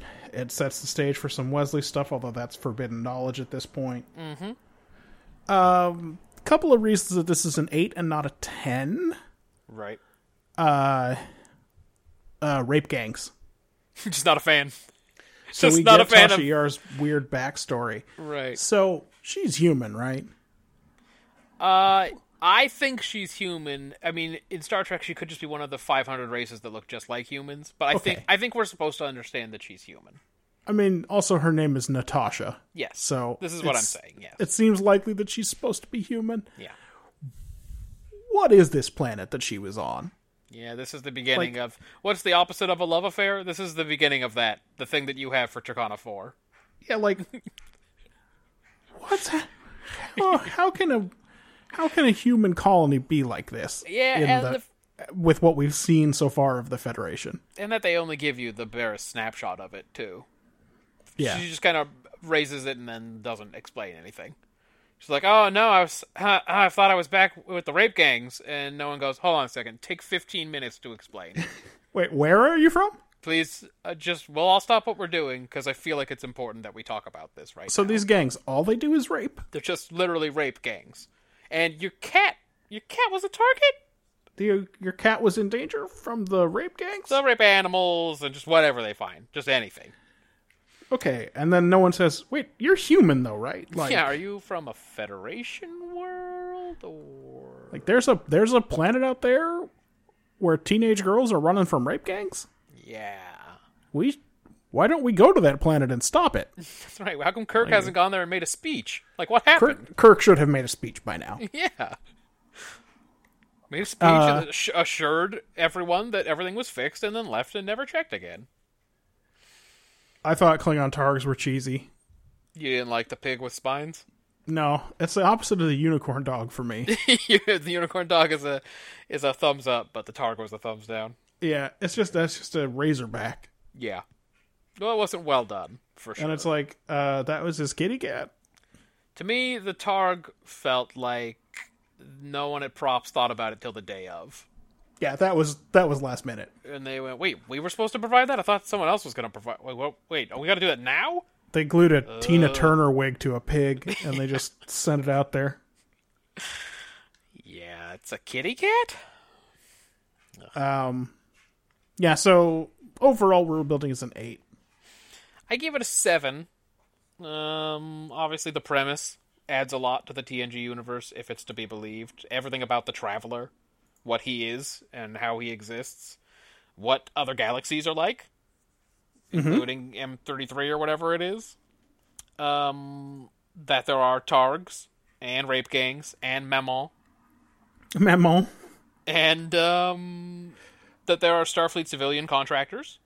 Um, it sets the stage for some Wesley stuff, although that's forbidden knowledge at this point. Mm-hmm. Um, Mm-hmm. couple of reasons that this is an eight and not a ten. Right. uh, rape gangs. Just not a fan. So Just we not get a fan Tasha of- Yar's weird backstory. Right. So she's human, right? Uh, I think she's human. I mean, in Star Trek, she could just be one of the 500 races that look just like humans. But I think Okay. I think we're supposed to understand that she's human. I mean, also her name is Natasha. Yes. So this is what I'm it's- saying. Yes. It seems likely that she's supposed to be human. Yeah. What is this planet that she was on? Yeah. This is the beginning of what's the opposite of a love affair? This is the beginning of that. The thing that you have for Chicana Four. Yeah, like what's ha- how, how can a how can a human colony be like this? Yeah, in and the, with what we've seen so far of the Federation. And that they only give you the barest snapshot of it too. Yeah, She just kind of raises it and then doesn't explain anything. She's like, "Oh no, I was, huh, I thought I was back with the rape gangs," and no one goes, "Hold on a second, take 15 minutes to explain." wait, where are you from? Please, uh, just well, I'll stop what we're doing because I feel like it's important that we talk about this right So now. these gangs, all they do is rape. They're just literally rape gangs, and your cat, your cat was a target. the, your cat was in danger from the rape gangs? They'll rape animals and just whatever they find, just anything. Okay, and then no one says, "Wait, you're human though, right?" Like, yeah, are you from a Federation world or? like there's a there's a planet out there where teenage girls are running from rape gangs. Yeah. We why don't we go to that planet and stop it? That's right. How come Kirk hasn't gone there and made a speech? Like, what happened? Kirk, Kirk should have made a speech by now. Yeah. Made a speech Uh. and assu- assured everyone that everything was fixed and then left and never checked again. I thought Klingon targs were cheesy. You didn't like the pig with spines? No, it's the opposite of the unicorn dog for me. the unicorn dog is a is a thumbs up, but the targ was a thumbs down. yeah, it's just that's just a razorback, Yeah. Well, it wasn't well done, for sure. and it's like uh, that was his kitty cat. to me, the targ felt like no one at props thought about it till the day of. Yeah, that was that was last minute. And they went, wait, we were supposed to provide that? I thought someone else was going to provide. Wait, what- wait, oh, we got to do that now? They glued a Tina Turner wig to a pig and they just sent it out there. Yeah, it's a kitty cat? Yeah, so overall world building is an eight. I gave it a seven. Um, obviously the premise adds a lot to the TNG universe if it's to be believed. Everything about the Traveler, what he is and how he exists, what other galaxies are like, including M33 or whatever it is. Um, that there are Targs and rape gangs and Mammon Maman. and um, that there are Starfleet civilian contractors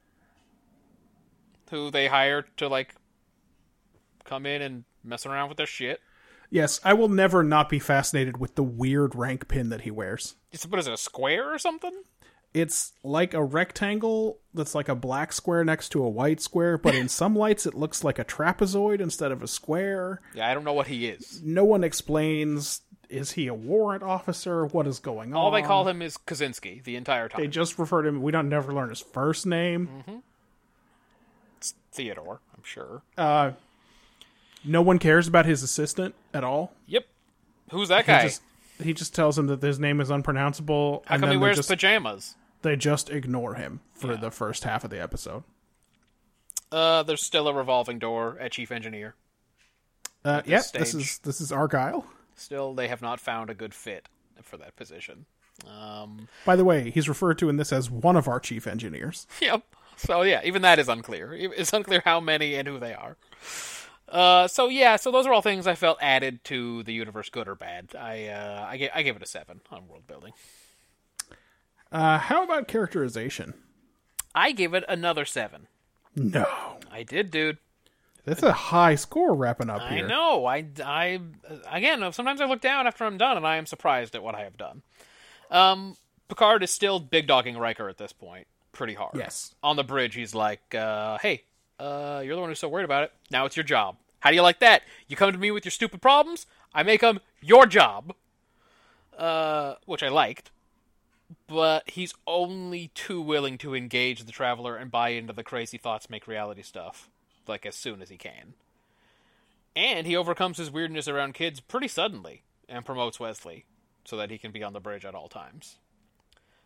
who they hire to like come in and mess around with their shit. Yes, I will never not be fascinated with the weird rank pin that he wears. It's, what is it, a square or something? it's like a rectangle that's like a black square next to a white square, but in some lights it looks like a trapezoid instead of a square. Yeah, I don't know what he is. No one explains is he a warrant officer? What is going on? All they call him is Kaczynski the entire time. Um, They just refer to him. We don't never learn his first name. It's Theodore, I'm sure. No one cares about his assistant at all. yep. Who's that He guy? just he just tells him that his name is unpronounceable. How and come he then they wears just, pajamas? They just ignore him for the first half of the episode. Uh, there's still a revolving door at Chief Engineer. Uh, yep, this stage. is this is Argyle. Still, they have not found a good fit for that position. Um, By the way, he's referred to in this as one of our chief engineers. yep. So yeah, even that is unclear. E, It's unclear how many and who they are. Uh, so yeah, so those are all things I felt added to the universe, good or bad. I uh, I gave I gave it a seven on world building. Uh, how about characterization? I give it another seven. No, I did, dude. that's a high score wrapping up here. I know. I, I again. Sometimes I look down after I'm done, and I am surprised at what I have done. Um, Picard is still big dogging Riker at this point, pretty hard. Yes. On the bridge, he's like, uh, "Hey, uh, you're the one who's so worried about it. Now it's your job. How do you like that? You come to me with your stupid problems. I make them your job." Uh, which I liked. But he's only too willing to engage the traveler and buy into the crazy thoughts make reality stuff, like as soon as he can. And he overcomes his weirdness around kids pretty suddenly and promotes Wesley so that he can be on the bridge at all times.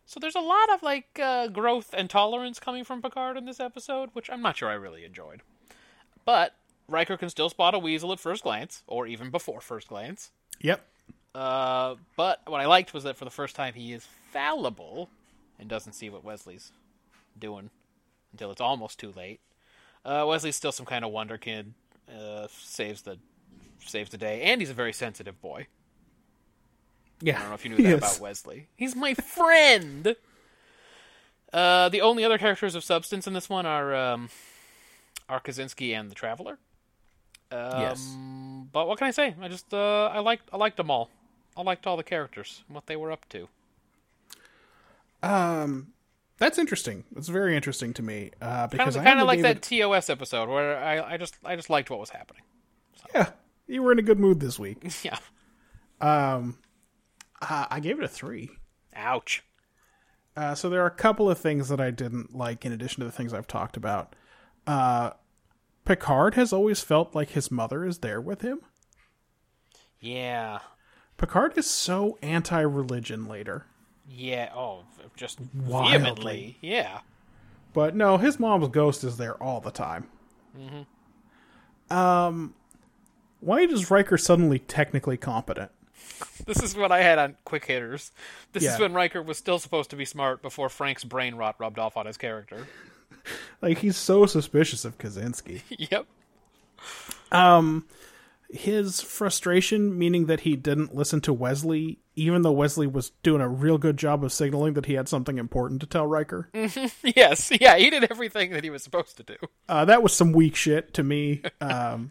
So there's a lot of like uh, growth and tolerance coming from Picard in this episode, which I'm not sure I really enjoyed. But Riker can still spot a weasel at first glance, or even before first glance. Yep. Uh, but what I liked was that for the first time he is fallible and doesn't see what Wesley's doing until it's almost too late. Uh, Wesley's still some kind of wonder kid. Uh, saves the saves the day, and he's a very sensitive boy. Yeah. I don't know if you knew that about Wesley. He's my friend. Uh, the only other characters of substance in this one are um, are Kaczynski and the Traveler. Um, Yes. But what can I say? I just uh, I liked I liked them all. I liked all the characters and what they were up to. That's interesting. That's very interesting to me uh, Kind because of, I kind only of like gave that it- TOS episode where I, I just I just liked what was happening. yeah, you were in a good mood this week. Yeah. Uh, I gave it a three. Ouch. Uh, so there are a couple of things that I didn't like in addition to the things I've talked about. Uh, Picard has always felt like his mother is there with him. Yeah. Picard is so anti-religion later. Yeah. Oh, just Wildly. vehemently. Yeah. But no, his mom's ghost is there all the time. Um, Mm-hmm. why is Riker suddenly technically competent? This is what I had on quick hitters. This Yeah. is when Riker was still supposed to be smart before Frank's brain rot rubbed off on his character. Like he's so suspicious of Kaczynski. yep. His frustration, meaning that he didn't listen to Wesley, even though Wesley was doing a real good job of signaling that he had something important to tell Riker. Mm. Yes. Yeah. He did everything that he was supposed to do. Uh, that was some weak shit to me. Um,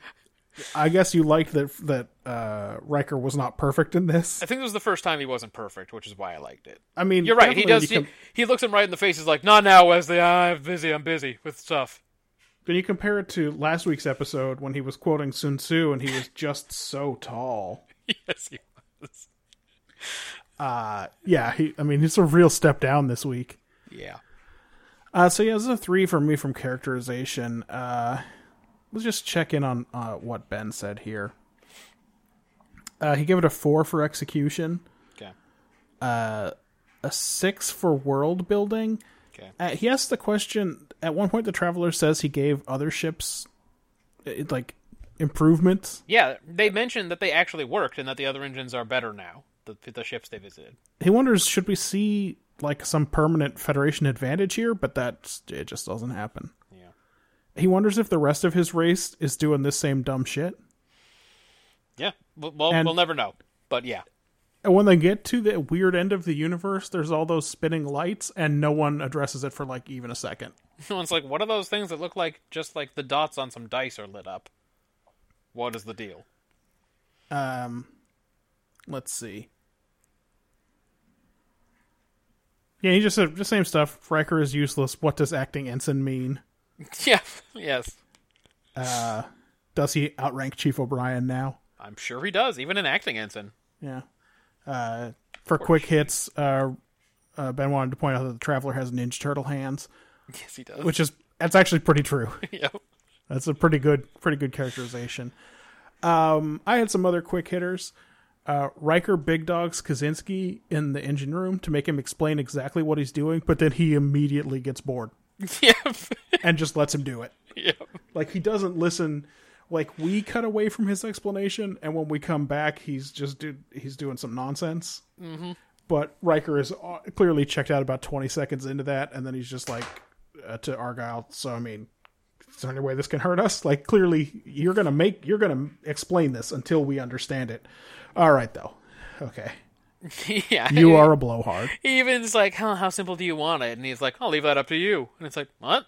I guess you liked that that uh, Riker was not perfect in this. I think this was the first time he wasn't perfect, which is why I liked it. I mean, You're right. He Um, definitely when does. you He, com- he looks him right in the face. He's like, "Not now, Wesley. I'm busy. I'm busy with stuff." When you compare it to last week's episode when he was quoting Sun Tzu and he was just so tall. yes. He was. Yeah, he, I mean, it's a real step down this week. Yeah. Uh, so, yeah, this is a three for me from characterization. Uh, let's just check in on uh, what Ben said here. Uh, he gave it a four for execution, Okay. a six for world building. Okay. Uh, he asked the question at one point, the traveler says he gave other ships uh, like improvements. Yeah. They mentioned that they actually worked and that the other engines are better now. The the ships they visited. he wonders should we see like some permanent federation advantage here but that it just doesn't happen Yeah. he wonders if the rest of his race is doing this same dumb shit Yeah. Well, well And- we'll never know. But yeah. and when they get to the weird end of the universe there's all those spinning lights and no one addresses it for like even a second Someone's like, what are those things that look like just like the dots on some dice are lit up? What is the deal? let's see Yeah, he just said the same stuff. Riker is useless. What does acting ensign mean? Yeah. Yes. Does he outrank Chief O'Brien now? I'm sure he does, even in acting ensign. Yeah. Uh, for quick hits, uh, uh, Ben wanted to point out that the Traveler has Ninja Turtle hands, Yes, he does. which is that's actually pretty true. Yep. That's a pretty good, pretty good characterization. Um, I had some other quick hitters. Uh, Riker big dogs Kaczynski in the engine room to make him explain exactly what he's doing, but then he immediately gets bored Yep. and just lets him do it. yep. Like he doesn't listen. Like we cut away from his explanation, and when we come back, he's just do, he's doing some nonsense. Mm-hmm. But Riker is uh, clearly checked out about twenty seconds into that, and then he's just like uh, to Argyle. So I mean, is there any way this can hurt us? Like clearly, you're gonna make you're gonna explain this until we understand it. All right, though. Okay, Yeah. you are a blowhard. Even's like, huh, how simple do you want it? And he's like, I'll leave that up to you. And it's like, what?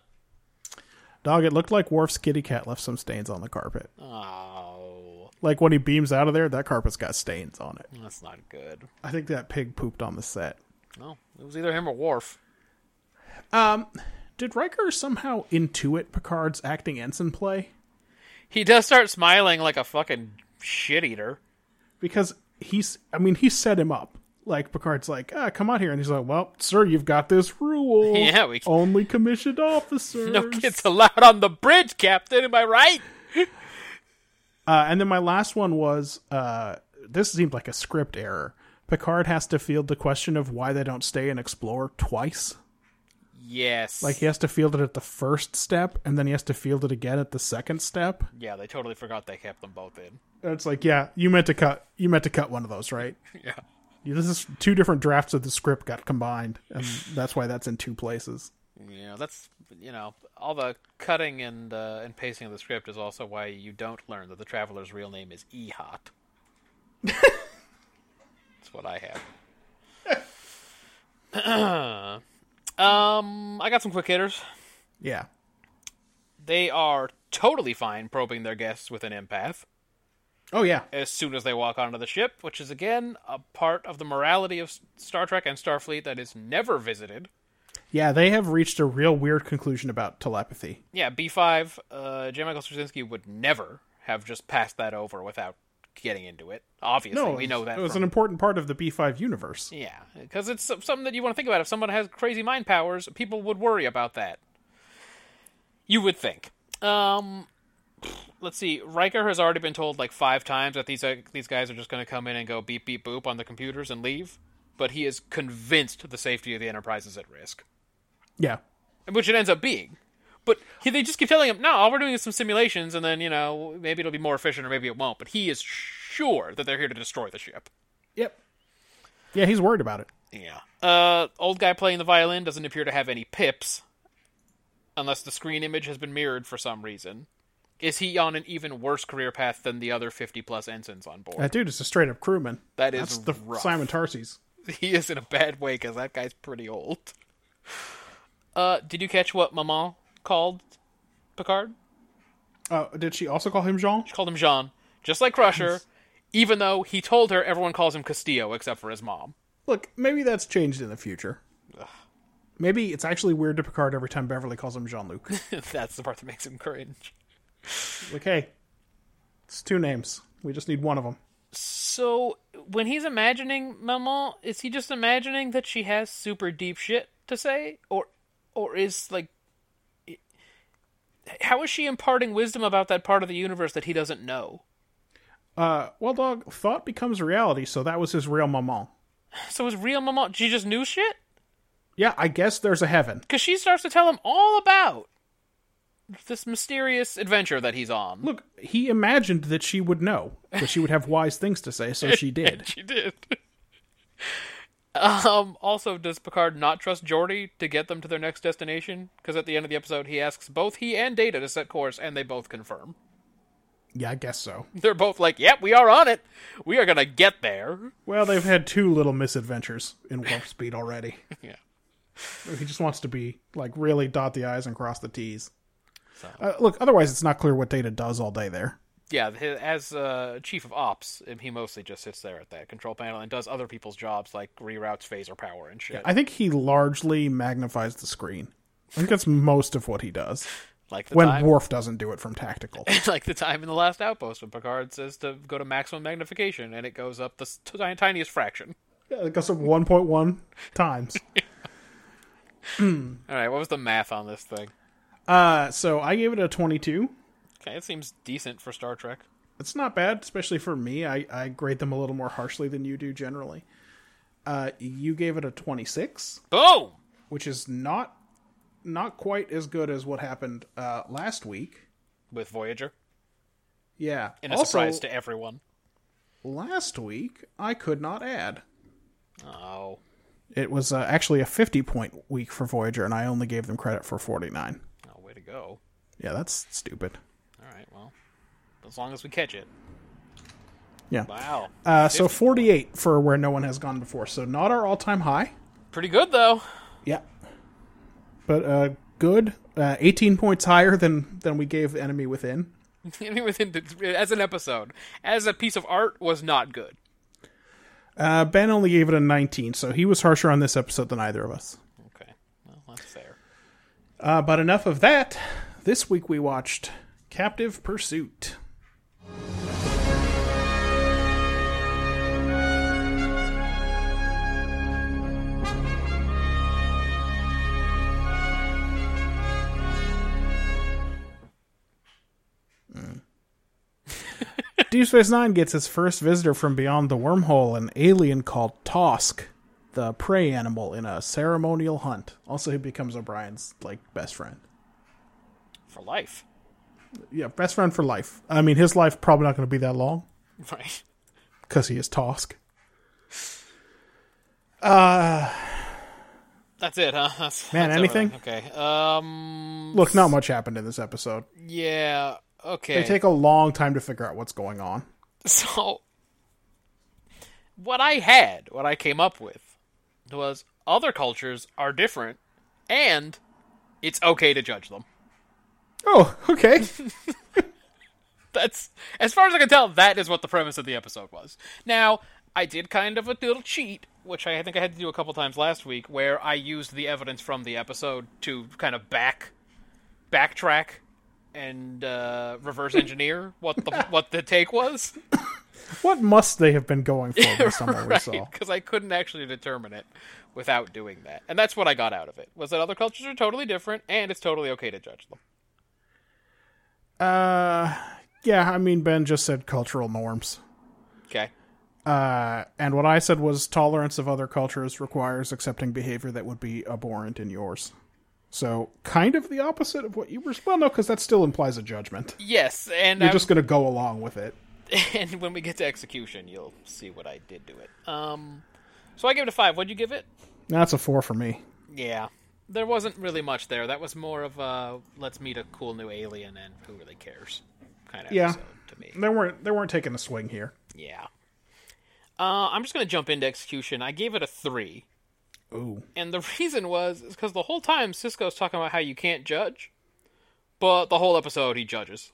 Dog, it looked like Worf's kitty cat left some stains on the carpet. Oh, Like when he beams out of there, that carpet's got stains on it. that's not good. I think that pig pooped on the set. No, it was either him or Worf. Um, Did Riker somehow intuit Picard's acting ensign play? He does start smiling like a fucking shit eater. Because he's, I mean, he set him up. Like, Picard's like, ah, come out here. And he's like, well, sir, you've got this rule. Yeah, we- Only commissioned officers. No kids allowed on the bridge, Captain. Am I right? Uh, and then my last one was uh, this seemed like a script error. Picard has to field the question of why they don't stay and explore twice. Yes. Like, he has to field it at the first step, and then he has to field it again at the second step. yeah, they totally forgot they kept them both in. And It's like, yeah, you meant to cut. You meant to cut one of those, right? Yeah. This is two different drafts of the script got combined, and that's why that's in two places. Yeah, that's you know all the cutting and uh, and pacing of the script is also why you don't learn that the traveler's real name is Ehot. that's what I have. um, I got some quick hitters. Yeah, They are totally fine probing their guests with an empath Oh yeah, as soon as they walk onto the ship, which is again a part of the morality of S- Star Trek and Starfleet that is never visited. yeah. They have reached a real weird conclusion about telepathy. yeah, B five. Uh, J. Michael Straczynski would never have just passed that over without getting into it. Obviously, we know that. it was from- an important part of the B five universe. yeah, because it's so- something that you want to think about. If someone has crazy mind powers, people would worry about that. You would think. Um, let's see. Riker has already been told like five times that these uh, these guys are just going to come in and go beep beep boop on the computers and leave. But he is convinced the safety of the Enterprise is at risk Yeah, which it ends up being. But he, they just keep telling him, no, all we're doing is some simulations, and then, you know, maybe it'll be more efficient or maybe it won't. But he is sure that they're here to destroy the ship. yep, yeah. He's worried about it. Yeah. Uh, old guy playing the violin doesn't appear to have any pips, unless the screen image has been mirrored for some reason. Is he on an even worse career path than the other 50 plus ensigns on board? That dude is a straight up crewman. That is That's the rough. Simon Tarses. he is in a bad way because that guy's pretty old. Uh, did you catch what Maman called Picard? Uh, did she also call him Jean? called him Jean, just like Crusher, even though he told her everyone calls him Castillo except for his mom. Look, maybe that's changed in the future. Maybe it's actually weird to Picard every time Beverly calls him Jean Luc. That's the part that makes him cringe. like, hey, it's two names. We just need one of them. So when he's imagining Maman, is he just imagining that she has super deep shit to say, or, or is like, i- how is she imparting wisdom about that part of the universe that he doesn't know? Uh, well, dog, thought becomes reality, so that was his real maman. So is real Maman? She just knew shit Yeah, I guess there's a heaven. because she starts to tell him all about this mysterious adventure that he's on. Look, he imagined that she would know, that she would have wise things to say, so she did. she did. um, also, does Picard not trust Geordi to get them to their next destination? Because at the end of the episode, he asks both he and Data to set course, and they both confirm. Yeah, I guess so. They're both like, "Yep, we are on it. We are gonna get there." Well, they've had two little misadventures in warp speed already. Yeah. He just wants to be like really dot the i's and cross the t's. Uh, look, otherwise it's not clear what Data does all day there. yeah, hi- as uh, chief of ops, um, he mostly just sits there at that control panel and does other people's jobs, like reroutes phaser power and shit. I think he largely magnifies the screen. I think that's most of what he does. like the When time, Worf doesn't do it from tactical. like the time in the Last Outpost when Picard says to go to maximum magnification, and it goes up the s- ti- tiniest fraction. Yeah, it goes up 1.1 times. All right, what was the math on this thing? Uh, so I gave it a 22. Okay, it seems decent for Star Trek. It's not bad, especially for me. I, I grade them a little more harshly than you do generally. Uh, you gave it a 26, Boom! which is not not quite as good as what happened uh, last week. With Voyager, Yeah. and a also, surprise to everyone. last week I could not add. Oh, It was uh, actually a 50 point week for Voyager, and I only gave them credit for 49. oh, way to go! Yeah, that's stupid. All right, well, as long as we catch it. Yeah. Wow, Uh, so 48 for where no one has gone before. So not our all time high. pretty good though. Yeah. But uh, good. Uh, 18 points higher than, than we gave Enemy Within. Even within the, as an episode, as a piece of art, was not good. Uh, ben only gave it a 19, so he was harsher on this episode than either of us. Okay, well, that's fair. Uh, but enough of that. This week we watched Captive Pursuit. Mm. Deep Space Nine gets its first visitor from beyond the wormhole, an alien called Tosk, the prey animal, in a ceremonial hunt. Also, he becomes O'Brien's like best friend. For life, Yeah, best friend for life. I mean, his life probably not going to be that long right? because he is Tosk. That's it, huh? That's, Man, that's anything? everything. Okay. Um. Look, not much happened in this episode. Yeah. Okay. They take a long time to figure out what's going on. So, what I had, what I came up with, was other cultures are different, and it's okay to judge them. Oh, okay. That's as far as I can tell. That is what the premise of the episode was. Now, I did kind of a little cheat, which I think I had to do a couple times last week, where I used the evidence from the episode to kind of back, backtrack, and uh, reverse engineer what the what the take was. what must they have been going for based on what we saw? because I couldn't actually determine it without doing that, and that's what I got out of it. Was that other cultures are totally different, and it's totally okay to judge them. Uh, yeah, I mean, Ben just said cultural norms. Okay, And what I said was tolerance of other cultures requires accepting behavior that would be abhorrent in yours. So, kind of the opposite of what you were. Well, no, because that still implies a judgment. yes, and You're I'm- just going to go along with it. and when we get to execution, you'll see what I did to it. Um, so I gave it a five. What'd you give it? That's a four for me. Yeah, there wasn't really much there. That was more of a let's meet a cool new alien and who really cares kind of Yeah. episode to me. They weren't. They weren't taking a swing here. Yeah. Uh, I'm just gonna jump into execution. I gave it a three. Ooh. And the reason was is because the whole time Cisco's talking about how you can't judge, but the whole episode he judges,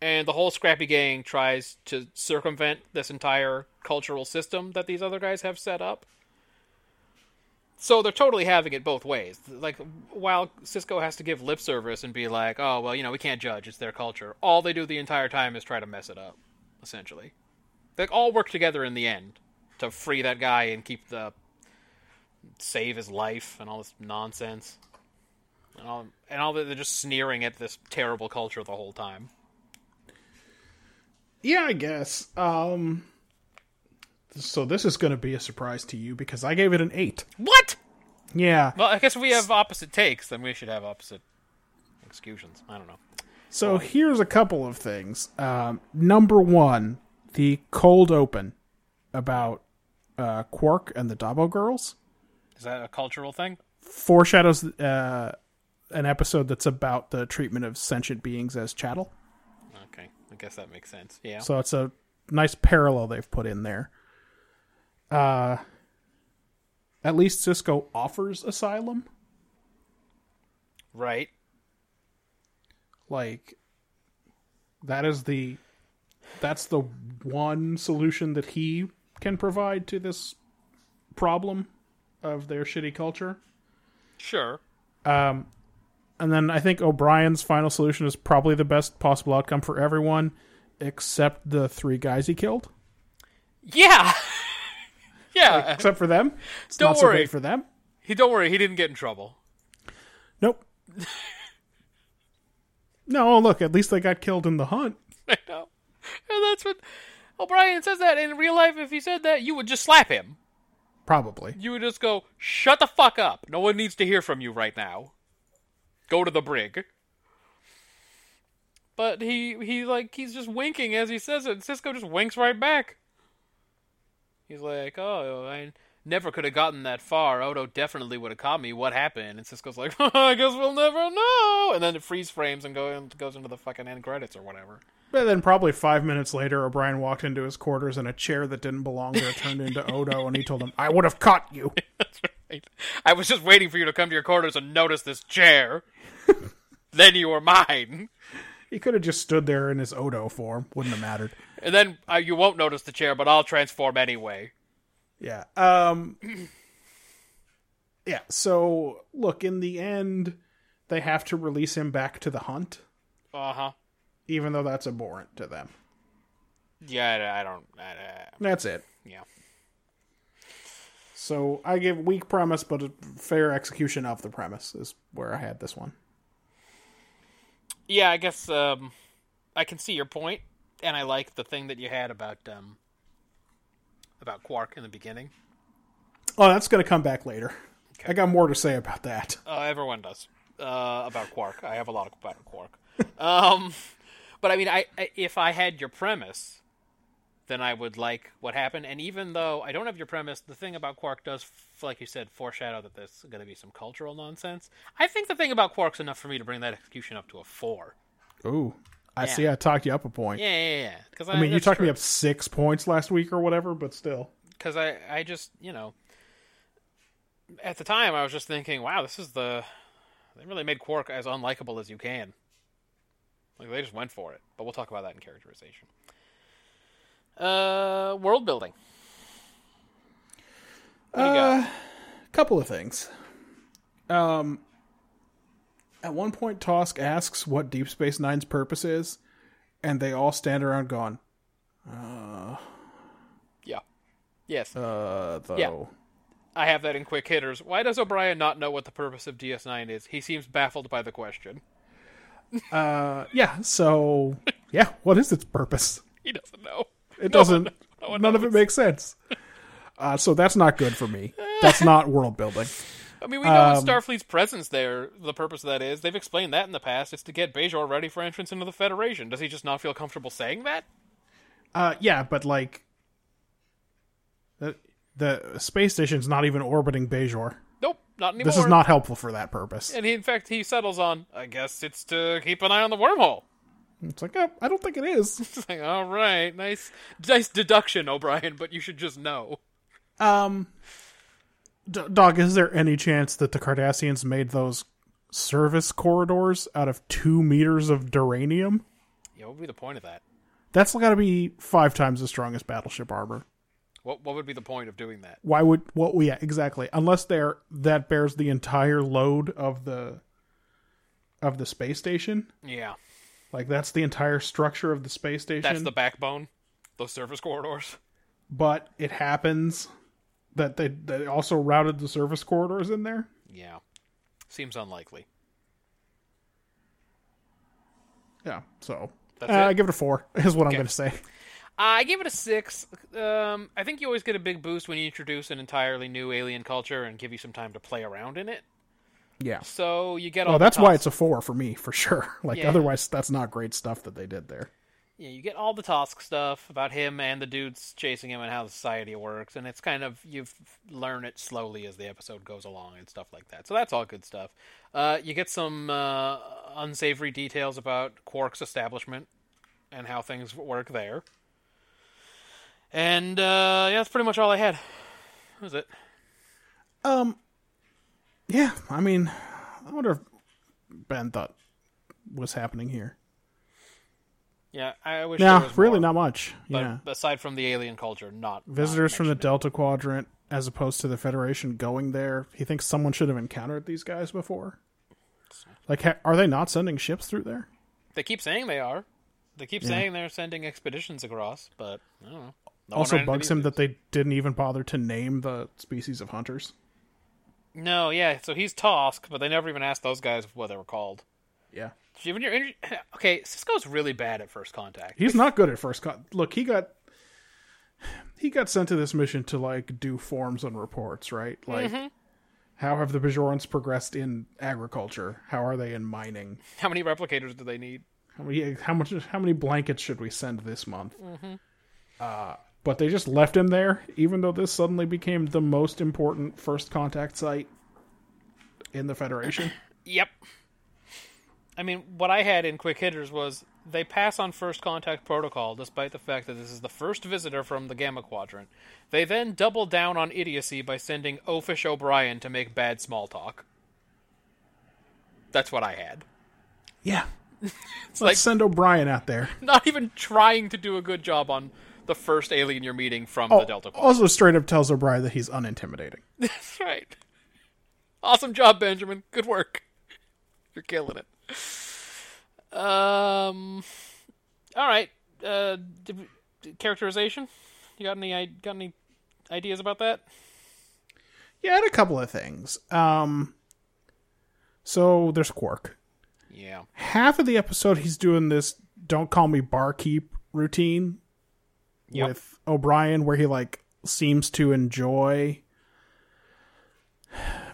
and the whole Scrappy Gang tries to circumvent this entire cultural system that these other guys have set up. So they're totally having it both ways. Like while Cisco has to give lip service and be like, "Oh well, you know, we can't judge; it's their culture." All they do the entire time is try to mess it up, essentially. They all work together in the end to free that guy and keep the save his life and all this nonsense. And all, and all that they're just sneering at this terrible culture the whole time. Yeah, I guess. Um. So this is going to be a surprise to you because I gave it an eight. What? Yeah. Well, I guess if we have opposite takes, then we should have opposite executions. I don't know. So here's a couple of things. Um, number one, the cold open about uh, Quark and the Dabo girls Is that a cultural thing? foreshadows uh, an episode that's about the treatment of sentient beings as chattel. Okay, I guess that makes sense. Yeah. So it's a nice parallel they've put in there. Uh, at least Cisco offers asylum. right. Like, that is the that's the one solution that he can provide to this problem of their shitty culture. Sure. And then I think O'Brien's final solution is probably the best possible outcome for everyone except the three guys he killed. Yeah. yeah. Except for them. It's Don't not so worry. great for them. he don't worry, he didn't get in trouble. Nope. no, look, at least they got killed in the hunt. I know. And that's what O'Brien says that in real life if he said that, you would just slap him. Probably. You would just go, "Shut the fuck up. No one needs to hear from you right now. Go to the brig." But he he like he's just winking as he says it. and Cisco just winks right back. He's like, "Oh, I never could have gotten that far. Odo definitely would have caught me. What happened?" And Cisco's like, "I guess we'll never know." And then it freeze frames and go goes into the fucking end credits or whatever. But then, probably five minutes later, O'Brien walked into his quarters and a chair that didn't belong there turned into Odo, and he told him, I would have caught you. That's right. I was just waiting for you to come to your quarters and notice this chair. then you were mine. He could have just stood there in his Odo form. Wouldn't have mattered. And then uh, you won't notice the chair, but I'll transform anyway. Yeah. Um Yeah, so look, in the end they have to release him back to the hunt, Uh huh. even though that's abhorrent to them. Yeah, I, I don't. I, I, That's it. yeah. So I give weak premise but a fair execution of the premise is where I had this one. Yeah, I guess um, I can see your point, and I like the thing that you had about um, about Quark in the beginning. Oh, that's gonna come back later. I got more to say about that. Uh, everyone does uh, about Quark. I have a lot of about Quark. um, but I mean, I, I if I had your premise, then I would like what happened. And even though I don't have your premise, the thing about Quark does, f- like you said, foreshadow that there's going to be some cultural nonsense. I think the thing about Quark's enough for me to bring that execution up to a four. Ooh. I see I talked you up a point. Yeah, yeah, yeah. Because I mean, you talked me up six points last week or whatever, but still. because I, I just you know at the time I was just thinking, wow, this is the they really made Quark as unlikable as you can. Like they just went for it. But we'll talk about that in characterization. Uh, world building. What do you got? couple of things. Um, at one point, Tosk asks what Deep Space Nine's purpose is, and they all stand around gone. Yeah. Yes. Uh, though. Yeah. I have that in quick hitters. Why does O'Brien not know what the purpose of DS9 is? He seems baffled by the question. Uh, yeah, so, yeah, what is its purpose? He doesn't know. It doesn't, none of it makes sense. Uh, so that's not good for me. That's not world building. I mean, we know Um, what Starfleet's presence there, the purpose of that is. They've explained that in the past. It's to get Bejor ready for entrance into the Federation. Does he just not feel comfortable saying that? Uh, yeah, but like, the, the space station's not even orbiting Bejor. Nope, not anymore. This is not helpful for that purpose. And he, in fact, he settles on, I guess it's to keep an eye on the wormhole. It's like, uh, I don't think it is. It's like, all right, nice, nice deduction, O'Brien, but you should just know. Um, D- dog, is there any chance that the Cardassians made those service corridors out of two meters of duranium? Yeah, what would be the point of that? That's got to be five times the strongest battleship armor. What What would be the point of doing that? Why would what? Well, yeah, exactly. Unless they're that bears the entire load of the of the space station. Yeah, Like that's the entire structure of the space station. that's the backbone. Those surface corridors. but it happens that they they also routed the service corridors in there. Yeah, seems unlikely. Yeah, so That's uh, it? I give it a four. Is what I'm going to say. I gave it a six. Um, I think you always get a big boost when you introduce an entirely new alien culture and give you some time to play around in it. Yeah. So you get all. Well, the Oh, that's why tos- it's a four for me, for sure. Like, Yeah. otherwise, that's not great stuff that they did there. yeah, you get all the Tosk stuff about him and the dudes chasing him and how society works, and it's kind of you learn it slowly as the episode goes along and stuff like that. So that's all good stuff. Uh, you get some uh, unsavory details about Quark's establishment and how things work there. And uh, yeah, that's pretty much all I had. That was it. Um, Yeah, I mean, I wonder if Ben thought was happening here. Yeah, I wish. Yeah, there was really more, not much. But yeah. aside from the alien culture, not Visitors not from the mentioned. Delta Quadrant, as opposed to the Federation going there. He thinks someone should have encountered these guys before. Like, ha- are they not sending ships through there? They keep saying they are. They keep saying they're sending expeditions across, but I don't know. No one ran also, into bugs Oh, any him of that they didn't even bother to name the species of hunters. these. No, yeah. So he's Tosk, but they never even asked those guys what they were called. Yeah, Even your inter- okay, Cisco's really bad at first contact. he's not good at first. Con- Look, he got he got sent to this mission to like do forms and reports, right? Like, Mm-hmm. how have the Bajorans progressed in agriculture? How are they in mining? How many replicators do they need? How many, how much how many blankets should we send this month? Uh, Mm-hmm. but they just left him there, even though this suddenly became the most important first contact site in the Federation. Yep. I mean, what I had in quick hitters was they pass on first contact protocol despite the fact that this is the first visitor from the Gamma Quadrant. They then double down on idiocy by sending Ofish O'Brien to make bad small talk. That's what I had. yeah, It's let's like send O'Brien out there. not even trying to do a good job on the first alien you're meeting from Oh, the Delta Quadrant. also, straight up tells O'Brien that he's unintimidating. That's right. Awesome job, Benjamin. Good work. You're killing it. Um. All right. Uh, did we- did- characterization. You got any? I got any ideas about that? Yeah, and a couple of things. Um, so there's Quark. Yeah. Half of the episode, he's doing this "Don't call me barkeep" routine Yep. with O'Brien, where he like seems to enjoy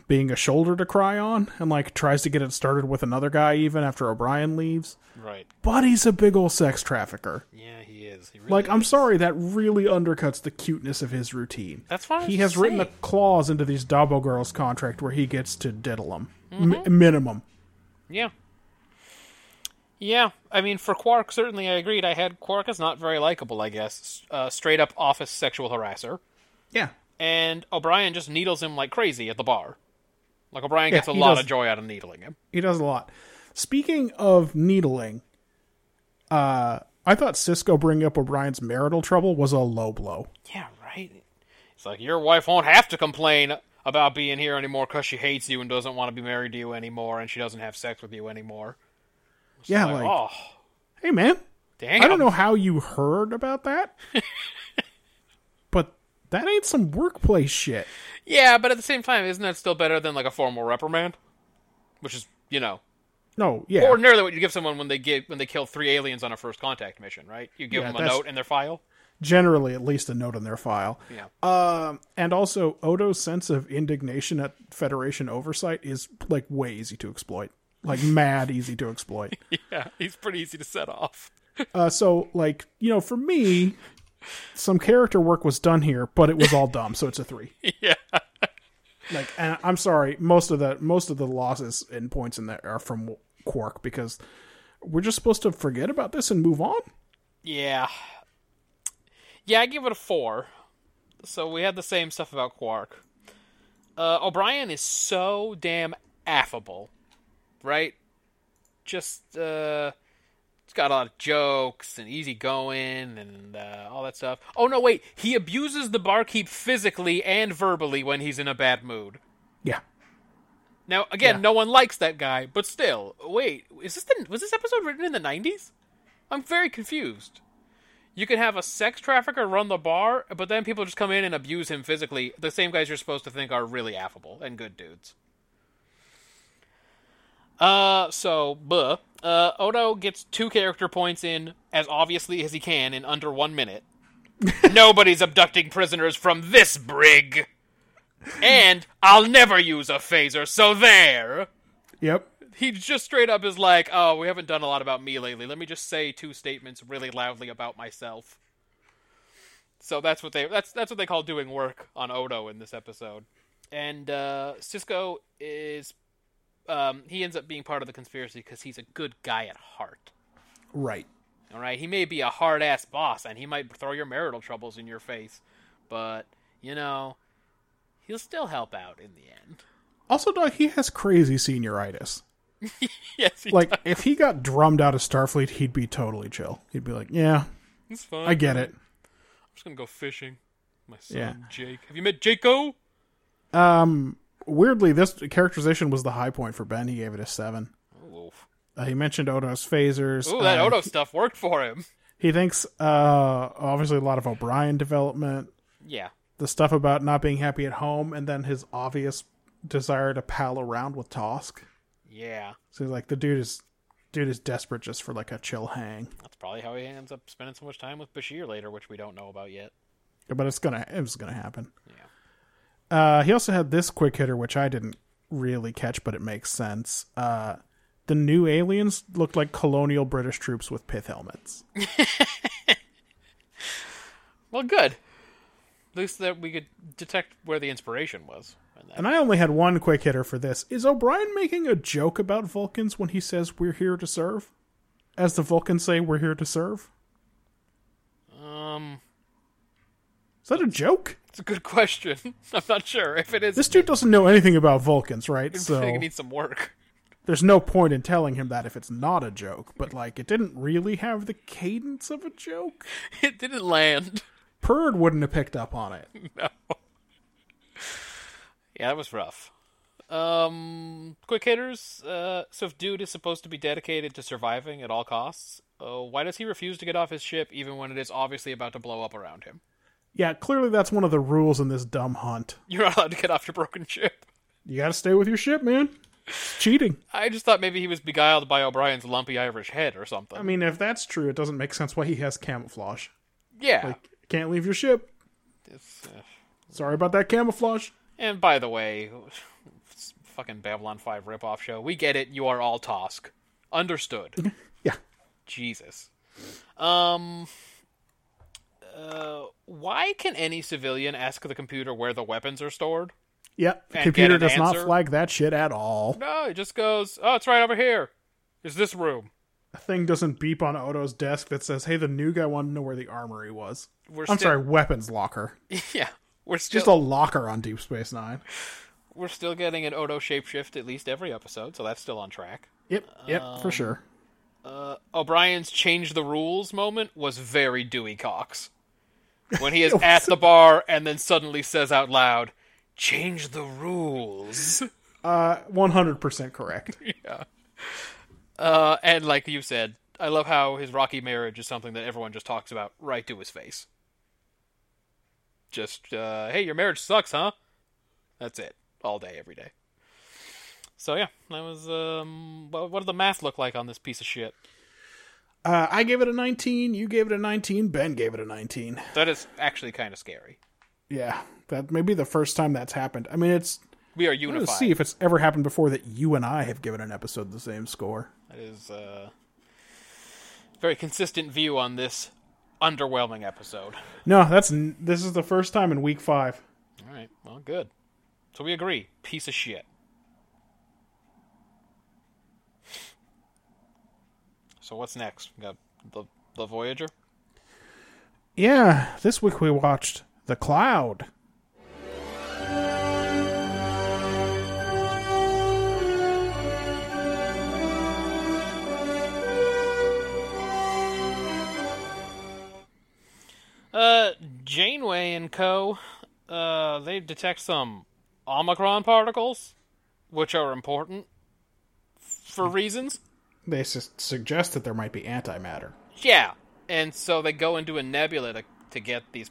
being a shoulder to cry on, and like tries to get it started with another guy even after O'Brien leaves. Right. But he's a big old sex trafficker. Yeah, he is. He really Like, I'm sorry, that really undercuts the cuteness of his routine. That's what I he was has written a saying. clause into these Dabo girls contract where he gets to diddle them, M- minimum. Yeah. Yeah, I mean, for Quark, certainly I agreed. I had Quark is not very likable, I guess. Uh, straight up office sexual harasser. Yeah, and O'Brien just needles him like crazy at the bar. Like O'Brien Yeah, gets a he lot does. of joy out of needling him. he does a lot. Speaking of needling, uh, I thought Cisco bringing up O'Brien's marital trouble was a low blow. Yeah, right. It's like your wife won't have to complain about being here anymore because she hates you and doesn't want to be married to you anymore, and she doesn't have sex with you anymore. yeah, Like, like, oh, hey man, dang! I don't I'm- know how you heard about that, but that ain't some workplace shit. Yeah, but at the same time, isn't that still better than like a formal reprimand? Which is, you know, No, yeah, ordinarily what you give someone when they get when they kill three aliens on a first contact mission, right? You give Yeah, them a that's- note in their file. generally at least a note in their file. Yeah. Um, and also Odo's sense of indignation at Federation oversight is like way easy to exploit, like mad easy to exploit. yeah, he's pretty easy to set off. Uh, so like you know, for me, some character work was done here, but it was all dumb, so it's a three. yeah. Like, and I'm sorry, most of the most of the losses and points in there are from Quark because we're just supposed to forget about this and move on. Yeah. Yeah, I give it a four. So we had the same stuff about Quark. Uh, O'Brien is so damn affable, right? Just uh, it's got a lot of jokes and easygoing and uh, all that stuff. Oh no, wait, he abuses the barkeep physically and verbally when he's in a bad mood. Yeah, Now, again, no one likes that guy, but still, wait, is this the, was this episode written in the nineties? I'm very confused. You can have a sex trafficker run the bar, but then people just come in and abuse him physically. The same guys you're supposed to think are really affable and good dudes. Uh, so, buh. Uh, Odo gets two character points in as obviously as he can in under one minute. Nobody's abducting prisoners from this brig. And I'll never use a phaser, so there. yep, He just straight up is like, oh, we haven't done a lot about me lately. Let me just say two statements really loudly about myself. So that's what they that's that's what they call doing work on Odo in this episode. And uh, Cisco is um, he ends up being part of the conspiracy because he's a good guy at heart. right. All right, he may be a hard ass boss and he might throw your marital troubles in your face, but you know, he'll still help out in the end. Also, dog, he has crazy senioritis. yes, he Like, if he got drummed out of Starfleet, he'd be totally chill. He'd be like, yeah, It's fine. I get it. I'm just gonna go fishing. My son Yeah. Jake. Have you met Jaco? Um, Weirdly, this characterization was the high point for Ben. He gave it a 7. Ooh, Uh, he mentioned Odo's phasers. Ooh, that Uh, Odo stuff worked for him. He thinks, uh, obviously, a lot of O'Brien development, Yeah. the stuff about not being happy at home, and then his obvious desire to pal around with Tosk. Yeah. So, like, the dude is. Dude is desperate just for like a chill hang, That's probably how he ends up spending so much time with Bashir later, which we don't know about yet. but it's gonna it's gonna happen. Uh, he also had this quick hitter, which I didn't really catch, but it makes sense. Uh, the new aliens looked like colonial British troops with pith helmets. Well, good. At least that we could detect where the inspiration was. And that. And I only had one quick hitter for this. Is O'Brien making a joke about Vulcans when he says we're here to serve? As the Vulcans say we're here to serve? Um, Is that a joke? it's a good question. I'm not sure if it is. This dude doesn't know anything about Vulcans, right? I think So it needs some work. there's no point in telling him that if it's not a joke, but like it didn't really have the cadence of a joke. It didn't land. Perd wouldn't have picked up on it. Yeah, that was rough. Um, quick hitters. Uh, so if dude is supposed to be dedicated to surviving at all costs, uh, why does he refuse to get off his ship even when it is obviously about to blow up around him? Yeah, clearly that's one of the rules in this dumb hunt. You're not allowed to get off your broken ship. You gotta stay with your ship, man. It's cheating. I just thought maybe he was beguiled by O'Brien's lumpy Irish head or something. I mean, if that's true, it doesn't make sense why he has camouflage. yeah. Can't leave your ship. It's, uh, Sorry about that camouflage. and by the way, it's a fucking Babylon 5 ripoff show. We get it. You are all Tosk. Understood. Yeah. Jesus. Um. Uh, why can any civilian ask the computer where the weapons are stored? Yeah. And The get computer an does not answer? flag that shit at all. No, it just goes, oh, it's right over here. Is this room? A thing doesn't beep on Odo's desk that says, hey, the new guy wanted to know where the armory was. We're I'm still- sorry, weapons locker. yeah, we're still Just a locker on Deep Space Nine. we're still getting an Odo shapeshift at least every episode, so that's still on track. Yep. Yep. Um, for sure. O'Brien's change the rules moment was very Dewey Cox. When he is at the bar and then suddenly says out loud, change the rules. Uh, 100% correct. Uh, and like you said, I love how his rocky marriage is something that everyone just talks about right to his face. Just, uh, hey, your marriage sucks, huh? That's it. All day, every day. So yeah, that was, um, what, what did the math look like on this piece of shit? Uh, I gave it a 19. You gave it a 19. Ben gave it a 19. That is actually kind of scary. Yeah, that may be the first time that's happened. I mean, it's We are let's unified. see if it's ever happened before that you and I have given an episode the same score. That is uh, very consistent view on this underwhelming episode. No, that's n- this is the first time in week five. All right, well, good. So we agree. Piece of shit. So what's next? We got the the Voyager. Yeah, this week we watched The Cloud. Uh, Janeway and Co. Uh, they detect some Omicron particles, which are important for reasons. They su- suggest that there might be antimatter. Yeah, and so they go into a nebula to, to get these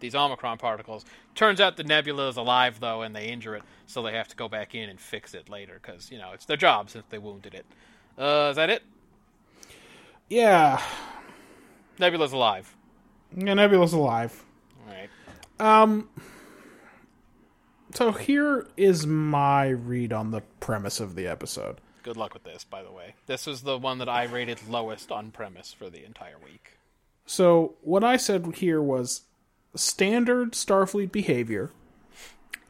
these Omicron particles. Turns out the nebula is alive though, and they injure it, so they have to go back in and fix it later because you know it's their job since they wounded it. Uh, is that it? Yeah, Nebula's alive. yeah Nebula's alive. All right. So here is my read on the premise of the episode. Good luck with this, by the way. This was the one that I rated lowest on premise for the entire week. So what I said here was standard Starfleet behavior,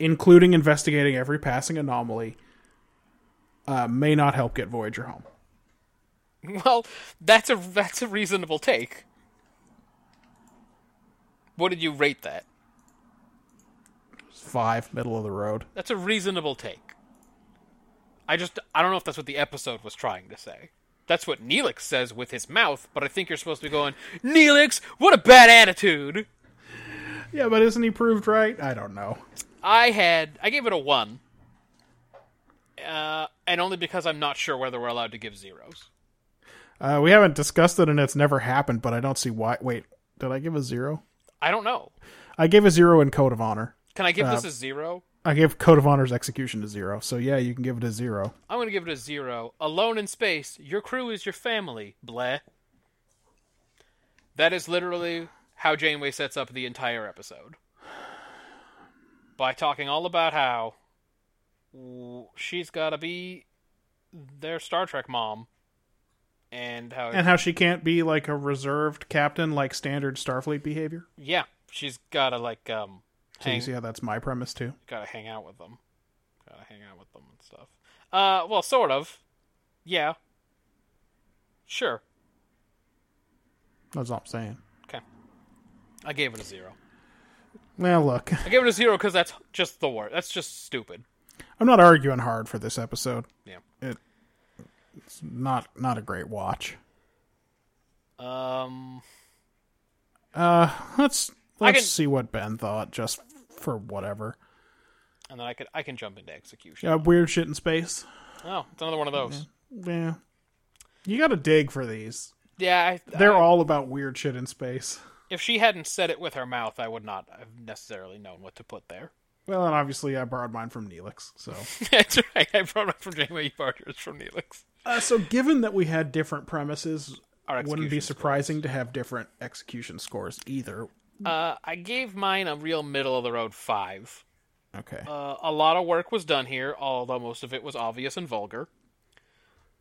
including investigating every passing anomaly, uh, may not help get Voyager home. Well, that's a that's a reasonable take. What did you rate that? Five, middle of the road. That's a reasonable take. I just I don't know if that's what the episode was trying to say. That's what Neelix says with his mouth, but I think you're supposed to be going, Neelix, what a bad attitude. Yeah, but isn't he proved right? I don't know. I had I gave it a one, uh, and only because I'm not sure whether we're allowed to give zeros. Uh, we haven't discussed it, and it's never happened. But I don't see why. Wait, did I give a zero? I don't know. I gave a zero in Code of Honor. Can I give this a zero? I gave Code of Honor's execution a zero. So yeah, you can give it a zero. I'm going to give it a zero. Alone in space, your crew is your family. Bleh. That is literally how Janeway sets up the entire episode. By talking all about how w- she's got to be their Star Trek mom. And how, And how she can't be like a reserved captain, like standard Starfleet behavior. yeah, she's got to, like, um, So you hang- see how that's my premise too. gotta hang out with them. Gotta hang out with them and stuff. Uh, well, sort of. Yeah. Sure. That's all I'm saying. Okay. I gave it a zero. Now look, I gave it a zero because that's just the word. That's just stupid. I'm not arguing hard for this episode. Yeah. It's not not a great watch. Um. Uh, let's let's can- see what Ben thought, just for whatever. And then I could I can jump into execution. Yeah, weird shit in space. Oh, it's another one of those. Yeah, you got to dig for these. Yeah. I, They're I- all about weird shit in space. If she hadn't said it with her mouth, I would not have necessarily known what to put there. Well, and obviously I borrowed mine from Neelix. So, that's right. I brought it from Janeway. You borrowed yours from Neelix. uh, so given that we had different premises, Our wouldn't be execution surprising to have different execution scores either. Uh, I gave mine a real middle of the road five. Okay. Uh, a lot of work was done here, although most of it was obvious and vulgar.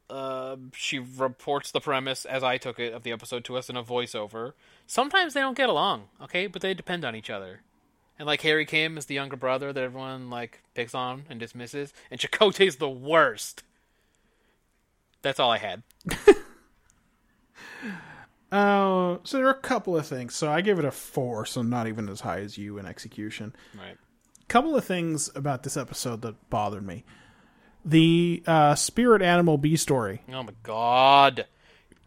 Uh, she reports the premise, as I took it, of the episode to us in a voiceover. Sometimes they don't get along, okay, but they depend on each other. And like Harry Kim is the younger brother that everyone like picks on and dismisses, and Chakotay's the worst. That's all I had. Uh, so there are a couple of things. So I give it a four, so not even as high as you in execution. Right. couple of things about this episode that bothered me. The uh, spirit animal bee story. Oh my god.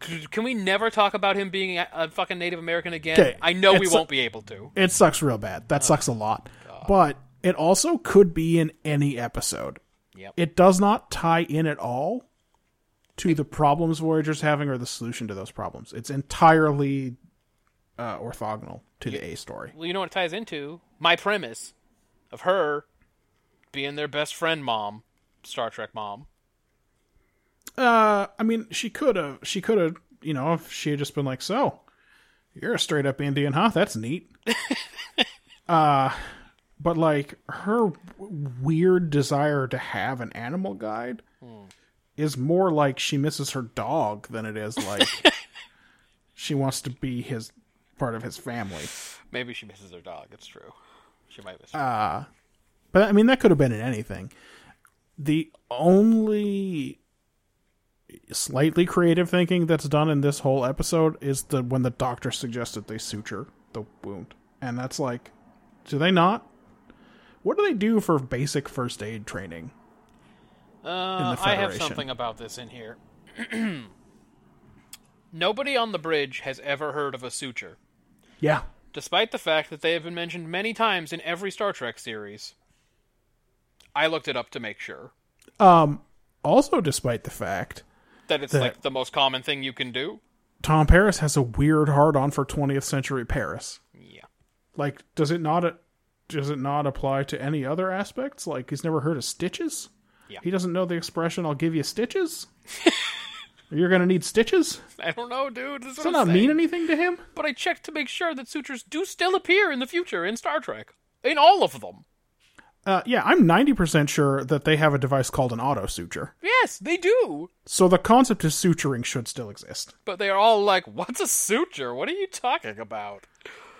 C- Can we never talk about him being a, a fucking Native American again? 'Kay, I know we it's- won't be able to. It sucks real bad. That sucks a lot. But it also could be in any episode. Yep. It does not tie in at all to the problems Voyager's having or the solution to those problems. It's entirely uh, orthogonal to the A story. well, you know what it ties into? My premise of her being their best friend mom, Star Trek mom. Uh, I mean, she could have. She could have. You know, if she had just been like, "So, you're a straight up Indian, huh? That's neat." uh, but like her w- weird desire to have an animal guide is more like she misses her dog than it is like she wants to be his part of his family. Maybe she misses her dog. It's true. She might miss. Uh, But I mean, that could have been in anything. The only slightly creative thinking that's done in this whole episode is the when the doctor suggested they suture the wound, and that's like, do they not? What do they do for basic first aid training? her. Uh, I have Federation. something about this in here. Nobody on the bridge has ever heard of a suture, Yeah, despite the fact that they have been mentioned many times in every Star Trek series. I looked it up to make sure Um, also despite the fact that it's That- like the most common thing you can do. Tom Paris has a weird hard on for 20th century Paris. Yeah. Like, does it not does it not apply to any other aspects? Like, he's never heard of stitches. Yeah. He doesn't know the expression. I'll give you stitches. You're gonna need stitches. I don't know, dude. This is Does that what I'm not mean saying. anything to him? but I checked to make sure that sutures do still appear in the future in Star Trek. In all of them. Uh, yeah, I'm 90% sure that they have a device called an auto suture. Yes, they do. So the concept of suturing should still exist. But they are all like, what's a suture? What are you talking about?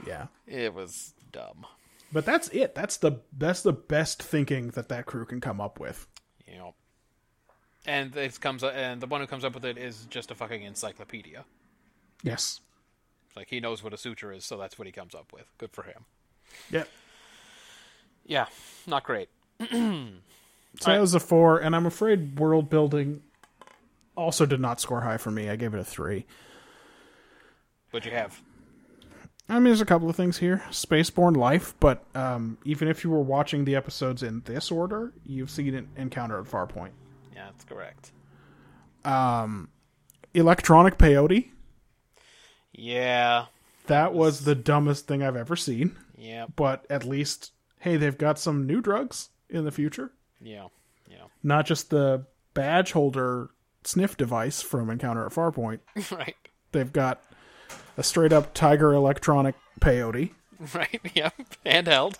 Yeah, It was dumb. but that's it. That's the that's the best thinking that that crew can come up with. You know. And it comes and the one who comes up with it is just a fucking encyclopedia. Yes. Like he knows what a suture is, so that's what he comes up with. Good for him. Yep. Yeah, not great. So that was a four, and I'm afraid world building also did not score high for me. I gave it a three. What'd you have? I mean, there's a couple of things here. Spaceborne life, but um, even if you were watching the episodes in this order, you've seen an encounter at Farpoint. Yeah, that's correct. Electronic peyote. Yeah. That was the dumbest thing I've ever seen. Yeah. But at least, hey, they've got some new drugs in the future. Yeah. Yeah. Not just the badge holder sniff device from Encounter at Farpoint. right. They've got a straight up Tiger electronic peyote. Right. Yep. Handheld.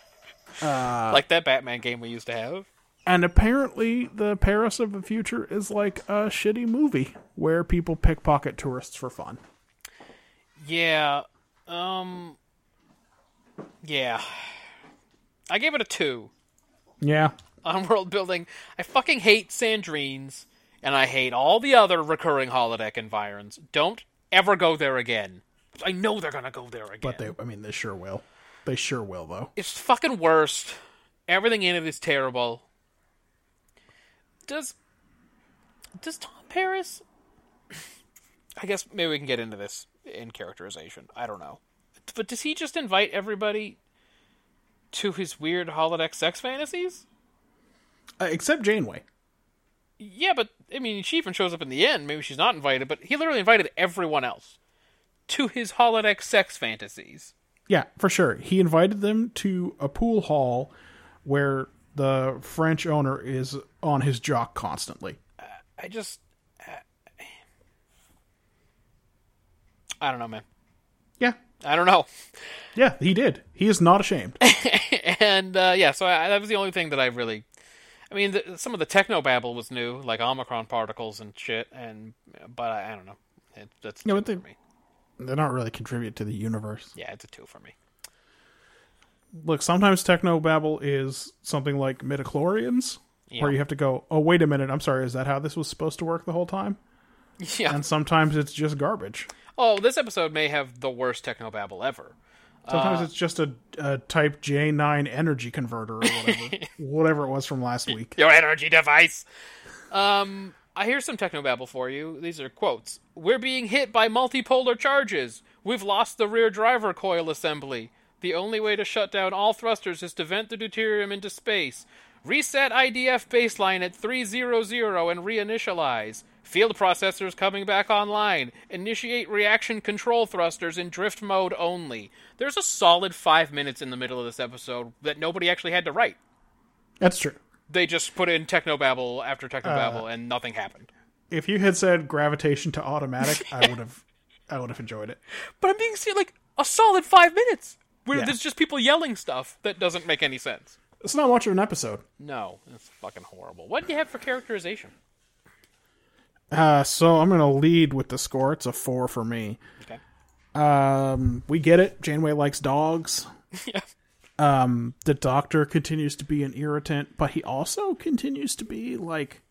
like that Batman game we used to have. And apparently, the Paris of the future is like a shitty movie where people pickpocket tourists for fun. Yeah. Um. Yeah. I gave it a two Yeah. on world building. I fucking hate Sandrine's, and I hate all the other recurring holodeck environs. Don't ever go there again. I know they're gonna go there again. But they, I mean, they sure will. They sure will, though. It's the fucking worst. Everything in it is terrible. Does does Tom Paris? I guess maybe we can get into this in characterization. I don't know, but does he just invite everybody to his weird holodeck sex fantasies? Uh, except Janeway. Yeah, but I mean, she even shows up in the end. Maybe she's not invited, but he literally invited everyone else to his holodeck sex fantasies. Yeah, for sure. He invited them to a pool hall where the French owner is on his jock constantly. I just, uh, I don't know, man. Yeah. I don't know. Yeah, he did. He is not ashamed. And uh, yeah, so I, that was the only thing that I really. I mean, the, some of the techno babble was new, like Omicron particles and shit. And but I, I don't know. It, that's Yeah, yeah, but two they- for me. they don't really contribute to the universe. Yeah, it's a two for me. Look, sometimes technobabble is something like midichlorians, Yeah. where you have to go, oh, wait a minute, I'm sorry, is that how this was supposed to work the whole time? Yeah. And sometimes it's just garbage. Oh, this episode may have the worst techno babble ever. Sometimes Uh. it's just a, a type J9 energy converter or whatever, whatever it was from last week. Your energy device. Um, I hear some techno babble for you. These are quotes. We're being hit by multipolar charges. We've lost the rear driver coil assembly. The only way to shut down all thrusters is to vent the deuterium into space. Reset IDF baseline at 300 and reinitialize. Field processors coming back online. Initiate reaction control thrusters in drift mode only. There's a solid five minutes in the middle of this episode that nobody actually had to write That's true. they just put in technobabble after Uh, technobabble and nothing happened. if you had said gravitation to automatic, I would have, I would have enjoyed it. But I'm being serious, like a solid five minutes where Yeah. there's just people yelling stuff that doesn't make any sense. It's not much of an episode. No, it's fucking horrible. What do you have for characterization? Uh, so I'm gonna lead with the score. It's a four for me. Okay. Um, we get it. Janeway likes dogs. Yeah. Um, the doctor continues to be an irritant, but he also continues to be like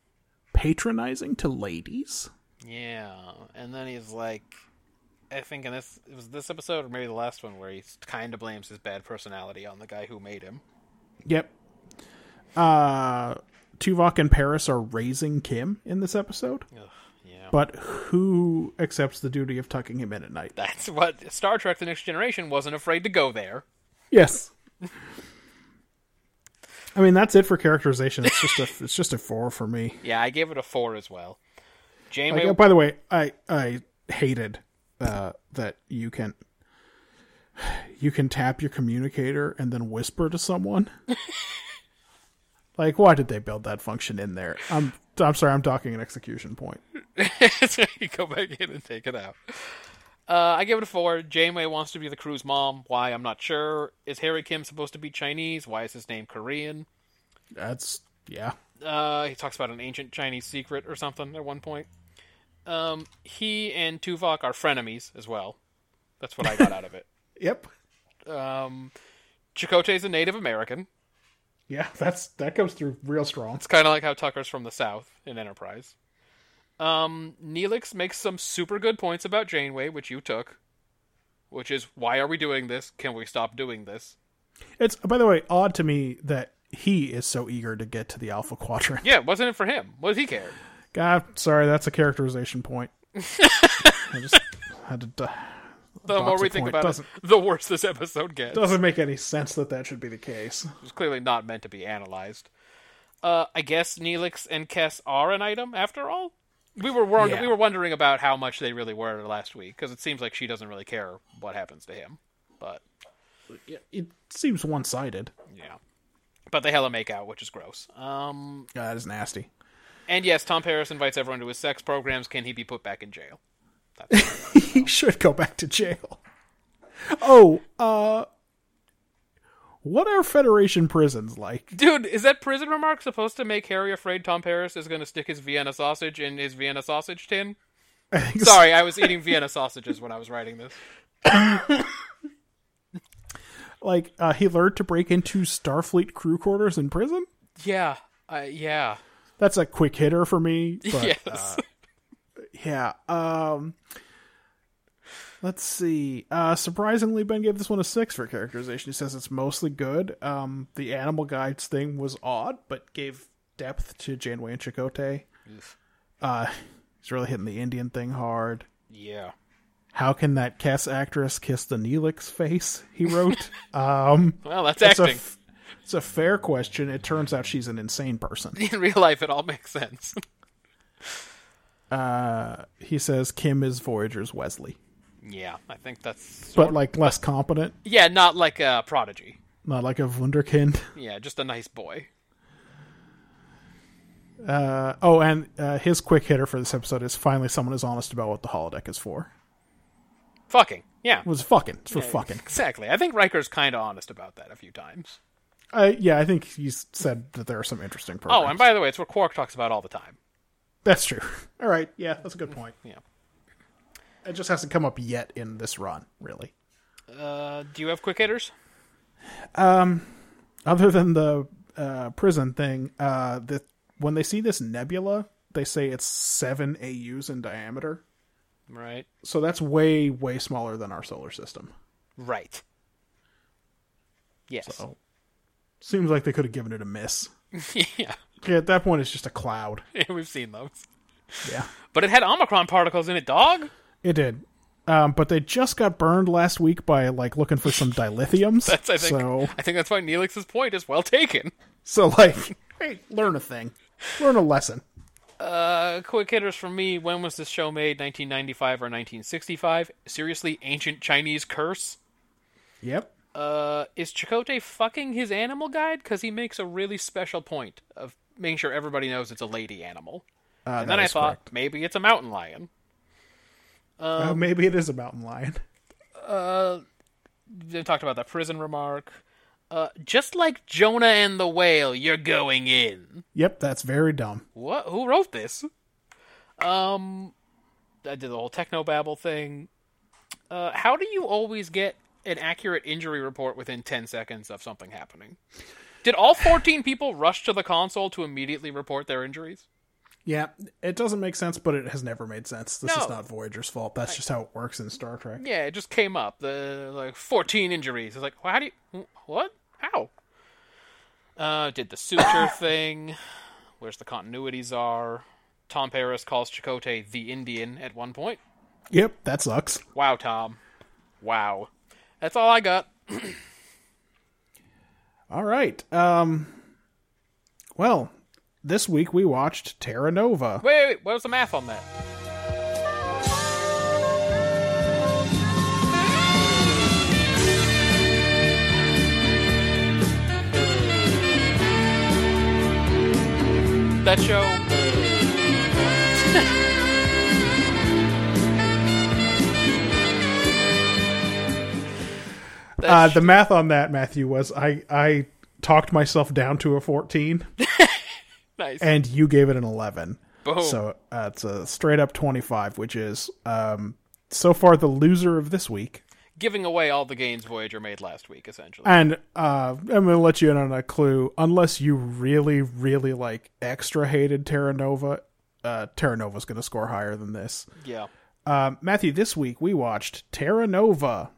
patronizing to ladies. Yeah, and then he's like, I think in this it was this episode or maybe the last one where he kind of blames his bad personality on the guy who made him. Yep. Uh, Tuvok and Paris are raising Kim in this episode, Yeah. but who accepts the duty of tucking him in at night? That's what Star Trek: The Next Generation wasn't afraid to go there. Yes. I mean, that's it for characterization. It's just a it's just a four for me. Yeah, I gave it a four as well. Like, Janeway, oh, by the way, I I hated uh, that you can you can tap your communicator and then whisper to someone. like, why did they build that function in there? I'm I'm sorry, I'm docking an execution point. so you go back in and take it out. Uh, I give it a four. Janeway wants to be the crew's mom. Why? I'm not sure. Is Harry Kim supposed to be Chinese? Why is his name Korean? That's yeah. Uh, he talks about an ancient Chinese secret or something at one point. Um, he and Tuvok are frenemies as well. That's what I got out of it. Yep. Um, Chakotay's a Native American. Yeah, that's that comes through real strong. It's kind of like how Tucker's from the South in Enterprise. Um, Neelix makes some super good points about Janeway, which you took, which is why are we doing this? Can we stop doing this? It's by the way odd to me that he is so eager to get to the Alpha Quadrant. Yeah, wasn't it for him? What does he care? God, sorry, that's a characterization point. I just had to. di- The more we think point. about Doesn't- it, the worse this episode gets. Doesn't make any sense that that should be the case. It's clearly not meant to be analyzed. Uh, I guess Neelix and Kess are an item after all. We were wor- Yeah. we were wondering about how much they really were last week because it seems like she doesn't really care what happens to him. But It seems one sided. yeah, Um, but they hella make out, which is gross. Um, That is nasty. and yes, Tom Paris invites everyone to his sex programs. Can he be put back in jail? He should go back to jail. Oh, uh. What are Federation prisons like? Dude, is that prison remark supposed to make Harry afraid Tom Paris is going to stick his Vienna sausage in his Vienna sausage tin? Sorry, I was eating Vienna sausages when I was writing this. Like, uh, he learned to break into Starfleet crew quarters in prison? Yeah, uh, yeah, That's a quick hitter for me. But yes. Yeah. Um Let's see. Uh surprisingly Ben gave this one a 6 for characterization. He says it's mostly good. Um the animal guides thing was odd but gave depth to Janeway and Chakotay. Uh he's really hitting the Indian thing hard. Yeah. How can that Kess actress kiss the Neelix face? He wrote. Well, that's it's a acting. f- it's a fair question. It turns out she's an insane person. In real life, it all makes sense. He says Kim is Voyager's Wesley, yeah, I think that's. but like less competent, Yeah, not like a prodigy. not like a wunderkind. Yeah, just a nice boy. Oh, and uh, his quick hitter for this episode is finally someone is honest about what the holodeck is for. Fucking. Yeah. It was fucking. It's for fucking. Exactly. I think Riker's kind of honest about that a few times. Uh, yeah, I think he's said that there are some interesting programs. Oh, and by the way, it's what Quark talks about all the time. that's true. All right, yeah, that's a good point. Yeah. It just hasn't come up yet in this run, really. Uh, do you have quick hitters? Um, Other than the uh, prison thing, uh, the when they see this nebula, they say it's seven AU's in diameter, Right. so that's way way smaller than our solar system. Right. Yes. So, seems like they could have given it a miss. yeah. Yeah, at that point, it's just a cloud. We've seen those. Yeah. But it had Omicron particles in it, dog. It did. Um, but they just got burned last week by like looking for some dilithiums. That's I think. So I think that's why Neelix's point is well taken. so like hey, learn a thing. Learn a lesson. Uh, quick hitters from me. When was this show made? 1995 or 1965? Seriously, ancient Chinese curse. Yep. Uh, is Chakotay fucking his animal guide? Because he makes a really special point of making sure everybody knows it's a lady animal. and then Ah, that I is thought correct. maybe it's a mountain lion. Um, oh, maybe it is a mountain lion. They talked about that prison remark. Uh, just like Jonah and the whale, you're going in. Yep, that's very dumb. What? Who wrote this? Um, I did the whole techno babble thing. Uh, how do you always get an accurate injury report within ten seconds of something happening? Did all fourteen people rush to the console to immediately report their injuries? Yeah, it doesn't make sense, but it has never made sense. This No. is not Voyager's fault. That's just how it works in Star Trek. Yeah, it just came up. The like fourteen injuries. It's like, well, how do you? wh- What? How? Uh, did the suture thing? Where's the continuities are? Tom Paris calls Chakotay the Indian at one point. Yep, that sucks. Wow, Tom. Wow. That's all I got. All right. Um well, this week we watched Terra Nova. Wait, wait, wait. What was the math on that? That show. That Uh, sh- the math on that, Matthew, was I I talked myself down to a fourteen, nice. and you gave it an eleven. Boom. So uh, it's a straight up twenty five, which is um, so far the loser of this week. Giving away all the gains Voyager made last week, essentially. And uh, I'm going to let you in on a clue. Unless you really, really like extra hated Terra Nova, uh, Terra Nova's going to score higher than this. yeah. Uh, Matthew, this week we watched Terra Nova.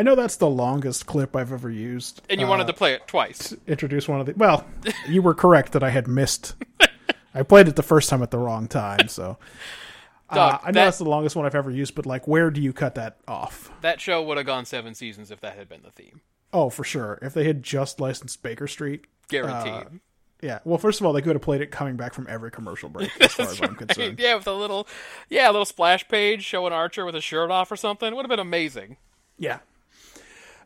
know that's the longest clip I've ever used. And you wanted to play it twice. Introduce one of the. Well, you were correct that I had missed. I played it the first time at the wrong time, so. Uh, Doug, I know that, that's the longest one I've ever used, but like, where do you cut that off? that show would have gone seven seasons if that had been the theme. Oh, for sure. If they had just licensed Baker Street, Guaranteed. yeah. Well, first of all, they could have played it coming back from every commercial break, as far as I'm concerned. yeah, with a little, yeah, a little splash page showing Archer with a shirt off or something would have been amazing. Yeah.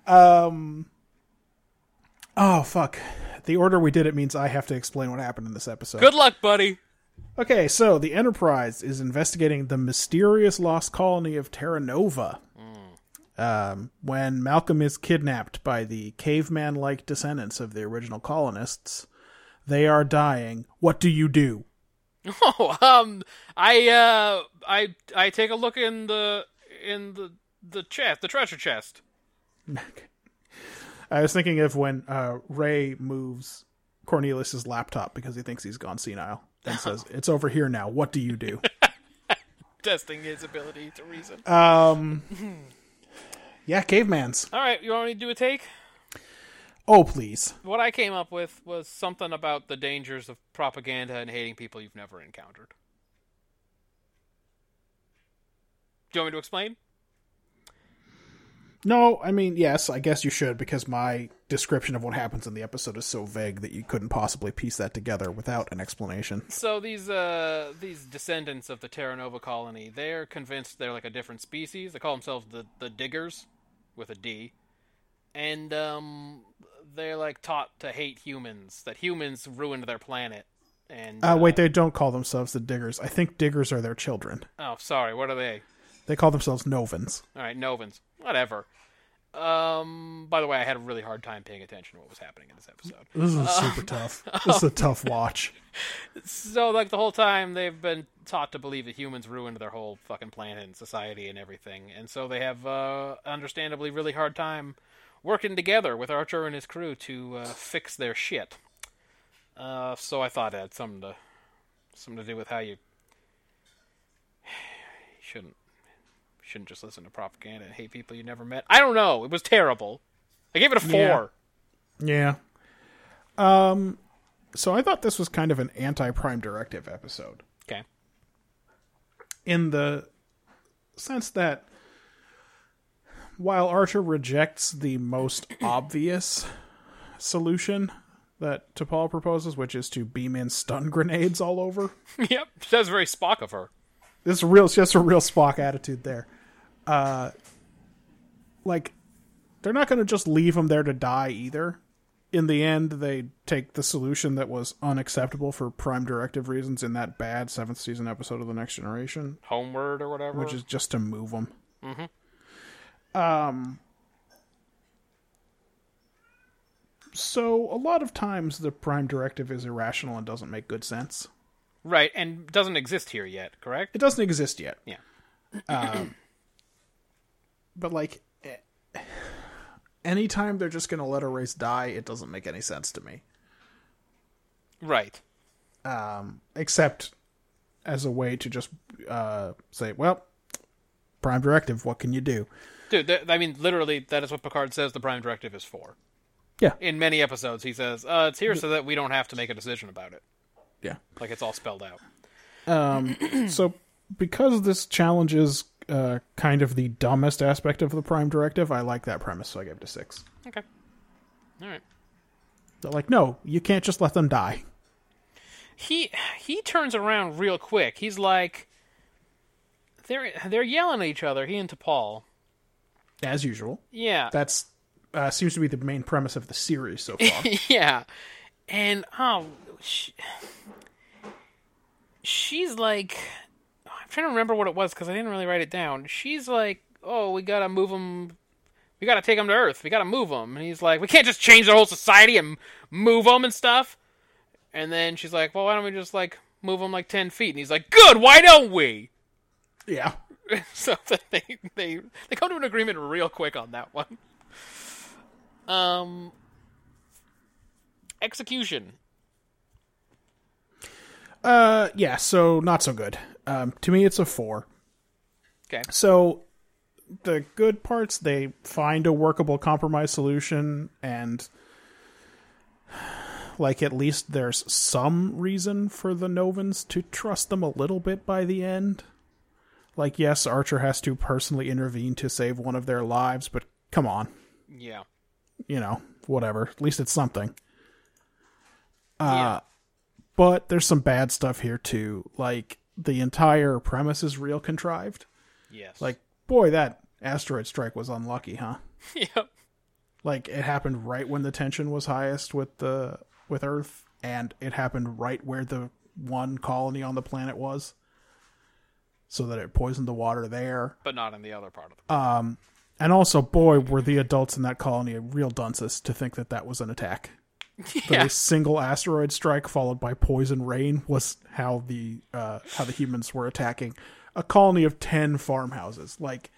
Um. Oh fuck. The order we did it means I have to explain what happened in this episode. Good luck, buddy. Okay, so the Enterprise is investigating the mysterious lost colony of Terra Nova. Um, when Malcolm is kidnapped by the caveman like descendants of the original colonists, they are dying. What do you do? Oh, um, I, uh, I, I take a look in the in the the chest, the treasure chest. I was thinking of when uh, Ray moves Cornelius's laptop because he thinks he's gone senile and says, It's over here now. What do you do? testing his ability to reason. Uh, Um, yeah, cavemans. All right, you want me to do a take? Oh, please. What I came up with was something about the dangers of propaganda and hating people you've never encountered. Do you want me to explain? No, I mean, yes, I guess you should because my description of what happens in the episode is so vague that you couldn't possibly piece that together without an explanation. So these uh these descendants of the Terra Nova colony, they're convinced they're like a different species. They call themselves the the Diggers, with a D, and um they're like taught to hate humans. That humans ruined their planet. And Uh, wait, they don't call themselves the Diggers. I think Diggers are their children. oh, sorry, what are they? They call themselves Novans. All right, Novans. Whatever. Um. By the way, I had a really hard time paying attention to what was happening in this episode. This is super tough. This is a tough watch. So, like the whole time, they've been taught to believe that humans ruined their whole fucking planet and society and everything, and so they have, uh, understandably, really hard time working together with Archer and his crew to uh, fix their shit. Uh, so I thought it had something to, something to do with how you, you shouldn't, shouldn't just listen to propaganda and hate people you never met. I don't know. It was terrible. I gave it a four. Yeah. Yeah. Um. So I thought this was kind of an anti-prime directive episode. Okay. in the sense that while Archer rejects the most obvious solution that T'Pol proposes, which is to beam in stun grenades all over, yep. That was very Spock of her. it's a real, it's just a real Spock attitude there. Uh, like they're not going to just leave him there to die either. In the end, they take the solution that was unacceptable for prime directive reasons in that bad seventh season episode of The Next Generation, Homeward or whatever. which is just to move Um, them. Mm-hmm. Um, so a lot of times the prime directive is irrational and doesn't make good sense. Right, and doesn't exist here yet, correct? It doesn't exist yet, Um, Yeah. but like, eh, anytime they're just going to let a race die, it doesn't make any sense to me. Right. Except as a way to just uh, say, well, prime directive, what can you do? Dude, th- I mean, literally, that is what Picard says the Prime Directive is for. Yeah. In many episodes, he says, uh, it's here so that we don't have to make a decision about it. Yeah. Like, it's all spelled out. So, because this challenges uh, kind of the dumbest aspect of the Prime Directive, I like that premise, so I gave it a six. Okay. All right. They're like, no, you can't just let them die. he he turns around real quick. He's like, they're they're yelling at each other. He and T'Pol. As usual, Yeah, that's uh, seems to be the main premise of the series so far. yeah, and oh, sh she's like, I'm trying to remember what it was because I didn't really write it down. She's like, oh, we gotta move him. We gotta take him to Earth. We gotta move him. And he's like, we can't just change the whole society and move him and stuff. And then she's like, well, why don't we just like move him like ten feet? And he's like, good. Why don't we? yeah, so that they they they come to an agreement real quick on that one. Um, execution. uh, yeah. So not so good. Um, to me, it's a four. Okay. So the good parts they find a workable compromise solution and like at least there's some reason for the novans to trust them a little bit by the end like yes archer has to personally intervene to save one of their lives but come on Yeah. you know whatever at least it's something Uh, yeah. but there's some bad stuff here too like the entire premise is real contrived Yes. like boy that asteroid strike was unlucky huh Yep. like it happened right when the tension was highest with the with earth and it happened right where the one colony on the planet was so that it poisoned the water there But not in the other part of Uh, the and also boy were the adults in that colony real dunces to think that that was an attack that Yeah. a single asteroid strike followed by poison rain was how the uh how the humans were attacking a colony of 10 farmhouses like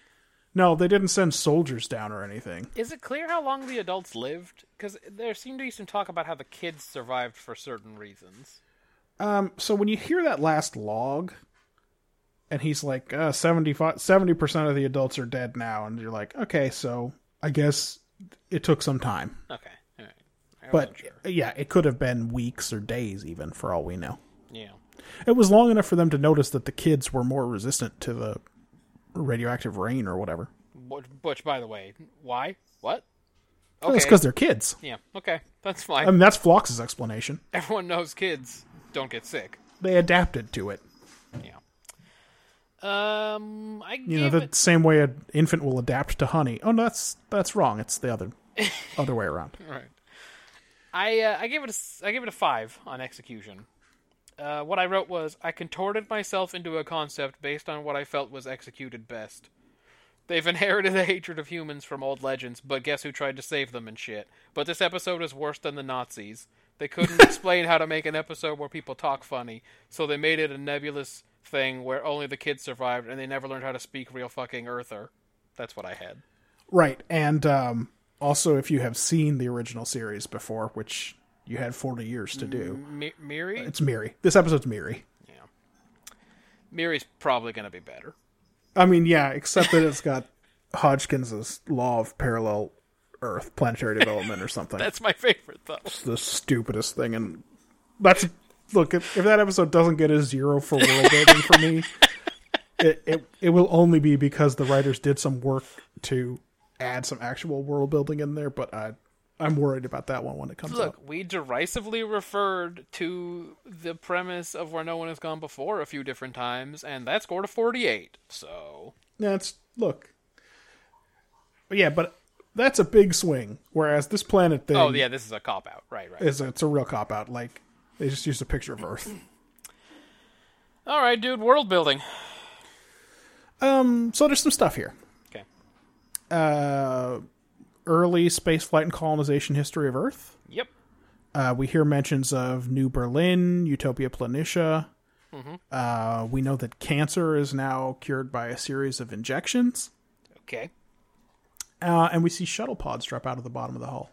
no they didn't send soldiers down or anything Is it clear how long the adults lived? Because there seemed to be some talk about how the kids survived for certain reasons. Um, so when you hear that last log, and he's like, uh, 75, 70% of the adults are dead now, and you're like, okay, so I guess it took some time. Okay. All right. I But wasn't sure. yeah, it could have been weeks or days, even for all we know. yeah. It was long enough for them to notice that the kids were more resistant to the radioactive rain or whatever. Which, which, by the way, why? What? Well, It's because they're kids. Yeah. Okay. That's fine. I mean, that's Flox's explanation. Everyone knows kids don't get sick. They adapted to it. Yeah. Um, I You know, gave the it same way an infant will adapt to honey. Oh no, that's that's wrong. It's the other other way around. right. I uh, I gave it a s- I gave it a five on execution. Uh, what I wrote was I contorted myself into a concept based on what I felt was executed best. They've inherited a hatred of humans from old legends, but guess who tried to save them and shit? But this episode is worse than the Nazis. They couldn't explain how to make an episode where people talk funny, so they made it a nebulous thing where only the kids survived and they never learned how to speak real fucking Earther. That's what I had. Right, and um, also if you have seen the original series before, which you had forty years to do, Mi- Miri? it's Miri. This episode's Miri. Miri's probably going to be better. I mean, yeah, except that it's got Hodgkins's law of parallel Earth planetary development or something. That's my favorite though. the stupidest thing, and that's look if, if that episode doesn't get a zero for world building for me, it, it it will only be because the writers did some work to add some actual world building in there, but I. I'm worried about that one when it comes up. Look, we derisively referred to the premise of where no one has gone before a few different times, and that scored a 48. So, That's look. But yeah, but that's a big swing. Whereas this planet thing oh yeah, this is a cop out, right? Right. is it's a real cop out. Like they just used a picture of Earth. All right, dude. World building. So there's some stuff here. Okay. Uh, early space flight and colonization history of Earth. Yep. Uh, we hear mentions of New Berlin, Utopia Planitia. Mm-hmm. Uh, we know that cancer is now cured by a series of injections, Okay. uh, and we see shuttle pods drop out of the bottom of the hull.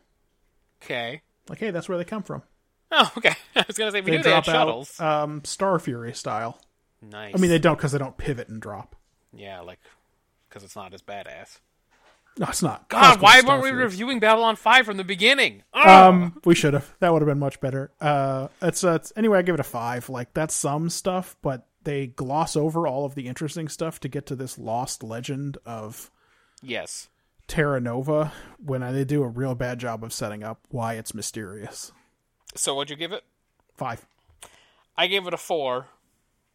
Okay. Like, hey, that's where they come from. Oh, okay. I was gonna say we They knew they had drop shuttles. out, um, Star Fury style. nice. I mean, they don't because they don't pivot and drop. yeah, like because it's not as badass. No, it's not. God, Costco why Star weren't we Fury. reviewing Babylon Five from the beginning? Um, we should have. That would have been much better. Uh, it's, uh, it's anyway. I give it a five. Like that's some stuff, but they gloss over all of the interesting stuff to get to this lost legend of yes. Terra Nova. When they do a real bad job of setting up why it's mysterious. So, what'd you give it? Five. I gave it a four,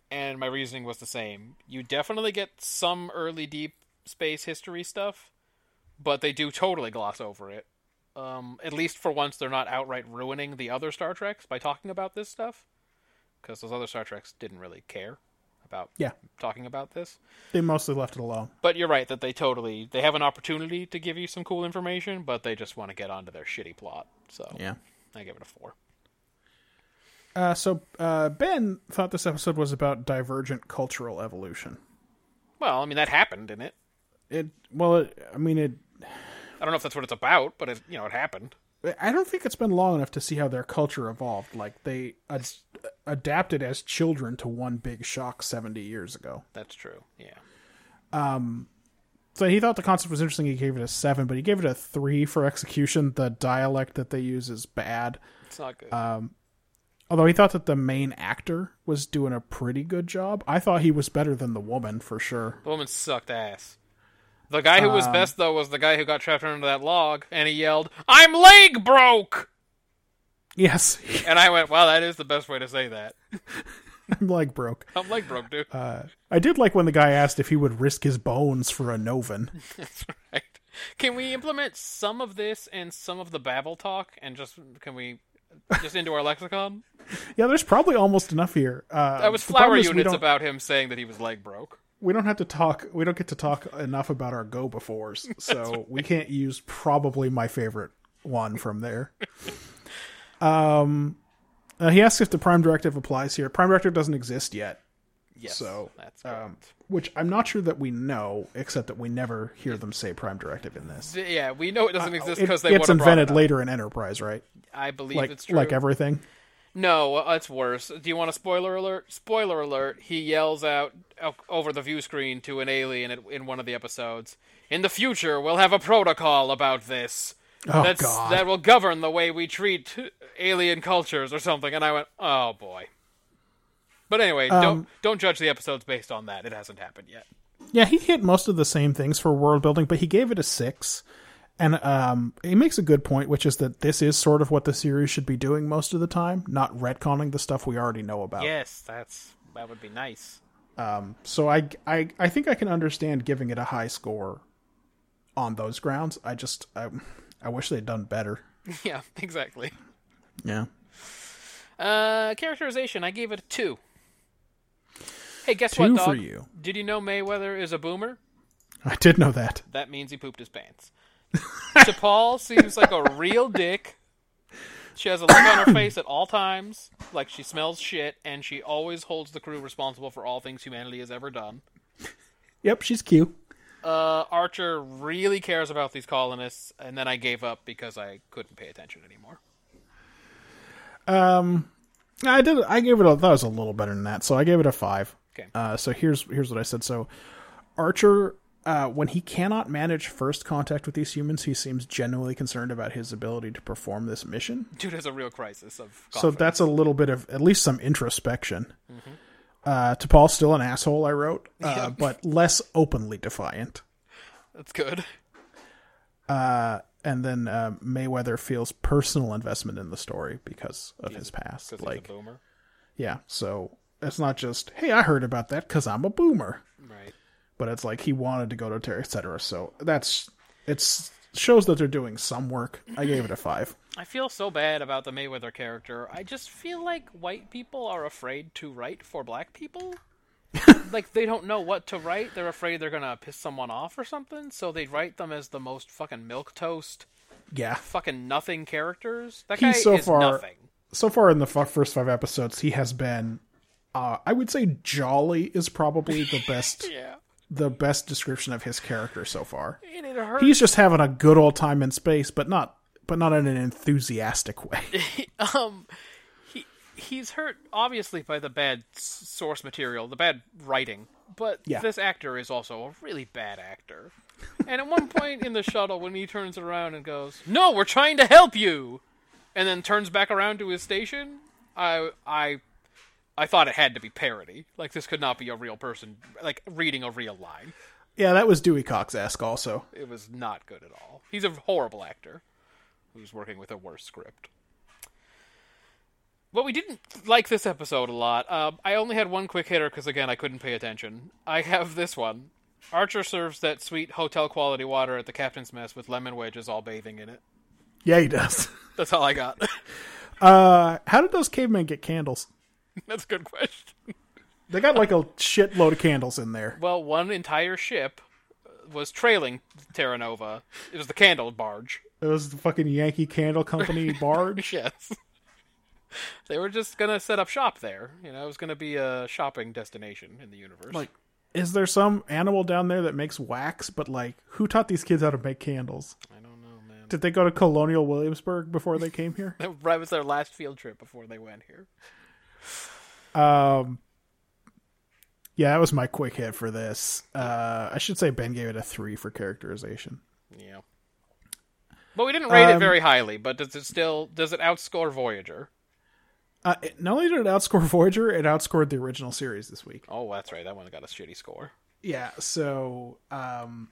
and my reasoning was the same. You definitely get some early deep space history stuff, but they do totally gloss over it. Um, at least for once, they're not outright ruining the other Star Treks by talking about this stuff, because those other Star Treks didn't really care about Yeah, talking about this. they mostly left it alone. But you're right that they totally they have an opportunity to give you some cool information, but they just want to get onto their shitty plot. So I give it a four. Uh, so uh, Ben thought this episode was about divergent cultural evolution. Well, I mean that happened, didn't it? It well, it, I mean it. I don't know if that's what it's about, but it you know it happened. I don't think it's been long enough to see how their culture evolved. Like they ad- adapted as children to one big shock seventy years ago. That's true. Yeah. So he thought the concept was interesting. He gave it a seven, but he gave it a three for execution. The dialect that they use is bad. It's not good. Uh, Although he thought that the main actor was doing a pretty good job. I thought he was better than the woman for sure. the woman sucked ass. The guy who uh, was best though was the guy who got trapped under that log, and he yelled, "I'm leg broke," Yes, and I went, "Wow, that is the best way to say that." I'm like broke. I'm leg broke, dude. Uh, I did like when the guy asked if he would risk his bones for a Novin. That's right. Can we implement some of this and some of the babble talk, and just can we just into our lexicon? Yeah, there's probably almost enough here. Uh, I was the problem flower is we units don't- about him saying that he was leg broke. we don't have to talk we don't get to talk enough about our go befores so we can't use probably my favorite one from there um uh, he asks if the prime directive applies here prime directive doesn't exist yet Yes, So, um, that's correct. which i'm not sure that we know except that we never hear them say prime directive in this D- yeah, we know it doesn't exist It- because they would it's have brought invented it up. later in enterprise right I believe like it's true. like everything No, uh, it's worse. Do you want a spoiler alert? Spoiler alert! He yells out o- over the view screen to an alien at- in one of the episodes. In the future, we'll have a protocol about this. Oh, that's, God. That will govern the way we treat alien cultures or something. And I went, oh boy. But anyway, Um, don't don't judge the episodes based on that. It hasn't happened yet. Yeah, he hit most of the same things for world building, but he gave it a six. And um, he makes a good point, which is that this is sort of what the series should be doing most of the time, not retconning the stuff we already know about. Yes, that's that would be nice. So I, I, I think I can understand giving it a high score on those grounds. I just, I, I wish they'd done better. yeah, exactly. Yeah. Uh, characterization, I gave it a two. Hey, guess Two what, for dog? you. Did you know Mayweather is a boomer? I did know that. That means he pooped his pants. T'Pol seems like a real dick. She has a look on her face at all times, like she smells shit, and she always holds the crew responsible for all things humanity has ever done. Yep, she's cute. Uh, Archer really cares about these colonists, and then I gave up because I couldn't pay attention anymore. I did. I gave it. A, that was a little better than that. So I gave it a five. Okay. Uh, so here's here's what I said. So Archer, uh, when he cannot manage first contact with these humans, he seems genuinely concerned about his ability to perform this mission. Dude has a real crisis of So confidence. that's a little bit of at least some introspection. Uh, to Paul, still an asshole. I wrote, uh, but less openly defiant. That's good. And then uh, Mayweather feels personal investment in the story because of his past. Because Like, he's a boomer. yeah, so it's not just hey, I heard about that because I'm a boomer. Right. but it's like he wanted to go to Terra, etc. So that's it's shows that they're doing some work. I gave it a five. I feel so bad about the Mayweather character. I just feel like white people are afraid to write for black people. like they don't know what to write. They're afraid they're gonna piss someone off or something, so they write them as the most fucking milk toast, Yeah, fucking nothing characters. That guy He's so is far- nothing. so far in the fu- first five episodes, he has been. Uh, I would say jolly is probably the best Yeah, the best description of his character so far. and it hurts. He's just having a good old time in space, but not but not in an enthusiastic way. um, he he's hurt obviously by the bad s- source material, the bad writing. But Yeah. this actor is also a really bad actor. And at one point in the shuttle, when he turns around and goes, "No, we're trying to help you," and then turns back around to his station, I I I thought it had to be parody. Like this could not be a real person, like reading a real line. yeah, that was Dewey Cox esque also. It was not good at all. He's a horrible actor who's working with a worse script. But we didn't like this episode a lot. Um, I only had one quick hitter because, again, I couldn't pay attention. I have this one. Archer serves that sweet hotel quality water at the captain's mess with lemon wedges all bathing in it. Yeah, he does. That's all I got. Uh, how did those cavemen get candles? That's a good question. They got like a shitload of candles in there. Well, one entire ship uh, was trailing Terra Nova. It was the candle barge. It was the fucking Yankee Candle Company barge. Yes. They were just gonna set up shop there. You know, it was gonna be a shopping destination in the universe. Like, is there some animal down there that makes wax? But like, who taught these kids how to make candles? I don't know, man. Did they go to Colonial Williamsburg before they came here? That right was their last field trip before they went here. Yeah, that was my quick hit for this. Uh, I should say Ben gave it a three for characterization. Yeah. But we didn't rate Um, it very highly. But does it still does it outscore Voyager? Uh, it- not only did it outscore Voyager, it outscored the original series this week. Oh, that's right. That one got a shitty score. Yeah, so um,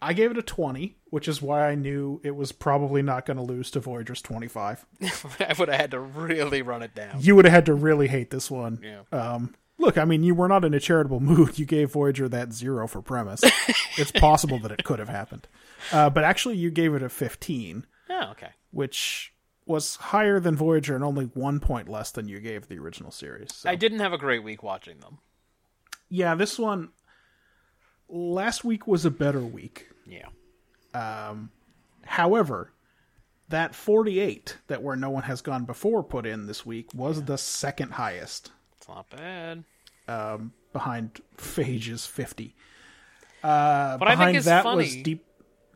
I gave it a 20, which is why I knew it was probably not going to lose to Voyager's 25. I would have had to really run it down. You would have had to really hate this one. Yeah. Um, look, I mean, you were not in a charitable mood. You gave Voyager that zero for premise. it's possible that it could have happened. Uh, but actually, you gave it a 15, Oh, okay. which was higher than Voyager and only one point less than you gave the original series. So. I didn't have a great week watching them. Yeah, this one. Last week was a better week. Yeah. However, that 48 that where no one has gone before put in this week was the second highest It's not bad. behind Phage's 50. What I Uh, behind think is that funny. was deep.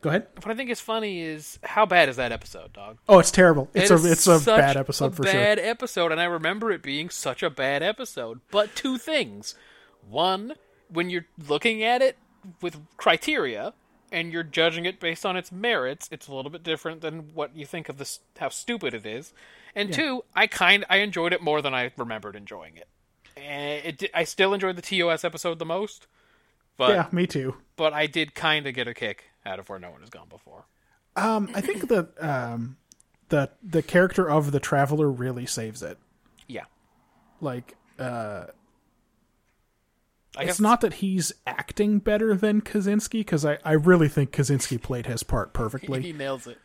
Go ahead. What I think is funny is how bad is that episode, dog? Oh, it's terrible. It's It a is it's a such bad episode for Bad sure. episode, and I remember it being such a bad episode. But two things: one, when you're looking at it with criteria and you're judging it based on its merits, it's a little bit different than what you think of this how stupid it is. And two, I kind I enjoyed it more than I remembered enjoying it. And it, di- I still enjoyed the TOS episode the most, but Yeah, me too. but I did kind of get a kick out of where no one has gone before. Um, I think that um, the the character of the traveler really saves it. Yeah, Like, I it's not that he's acting better than Kaczynski because I I really think Kaczynski played his part perfectly. he nails it.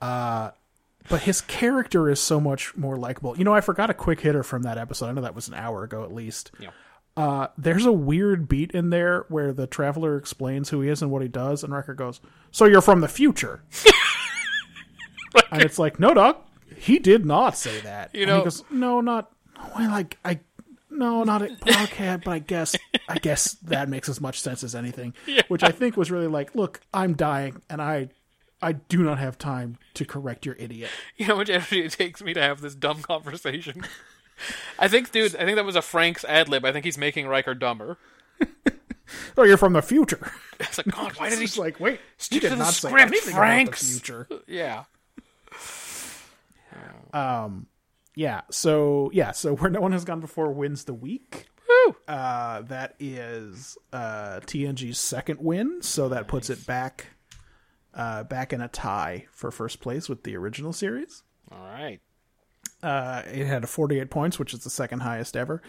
but his character is so much more likable. You know, I forgot a quick hitter from that episode. I know that was an hour ago at least. Yeah. Uh, there's a weird beat in there where the traveler explains who he is and what he does, and Wrecker goes, "So you're from the future?" and it's like, "No, doc, he did not say that." You know- he goes, "No, not well. Like I, no, not it. Okay, but I guess, I guess that makes as much sense as anything." Which I think was really like, "Look, I'm dying, and I, I do not have time to correct your idiot." you know how much energy it takes me to have this dumb conversation. I think, dude, I think that was a Frank's ad lib. I think he's making Riker dumber. Oh, you're from the future. It's like, God, why did It's he? like, wait, Stick you to did the not say script, anything about Franks. the future. Yeah, Yeah. So yeah. So where no one has gone before wins the week. Woo! Uh, that is uh, TNG's second win, so that puts it back, uh, back in a tie for first place with the original series. all right. Uh, it had a 48 points, which is the second highest ever.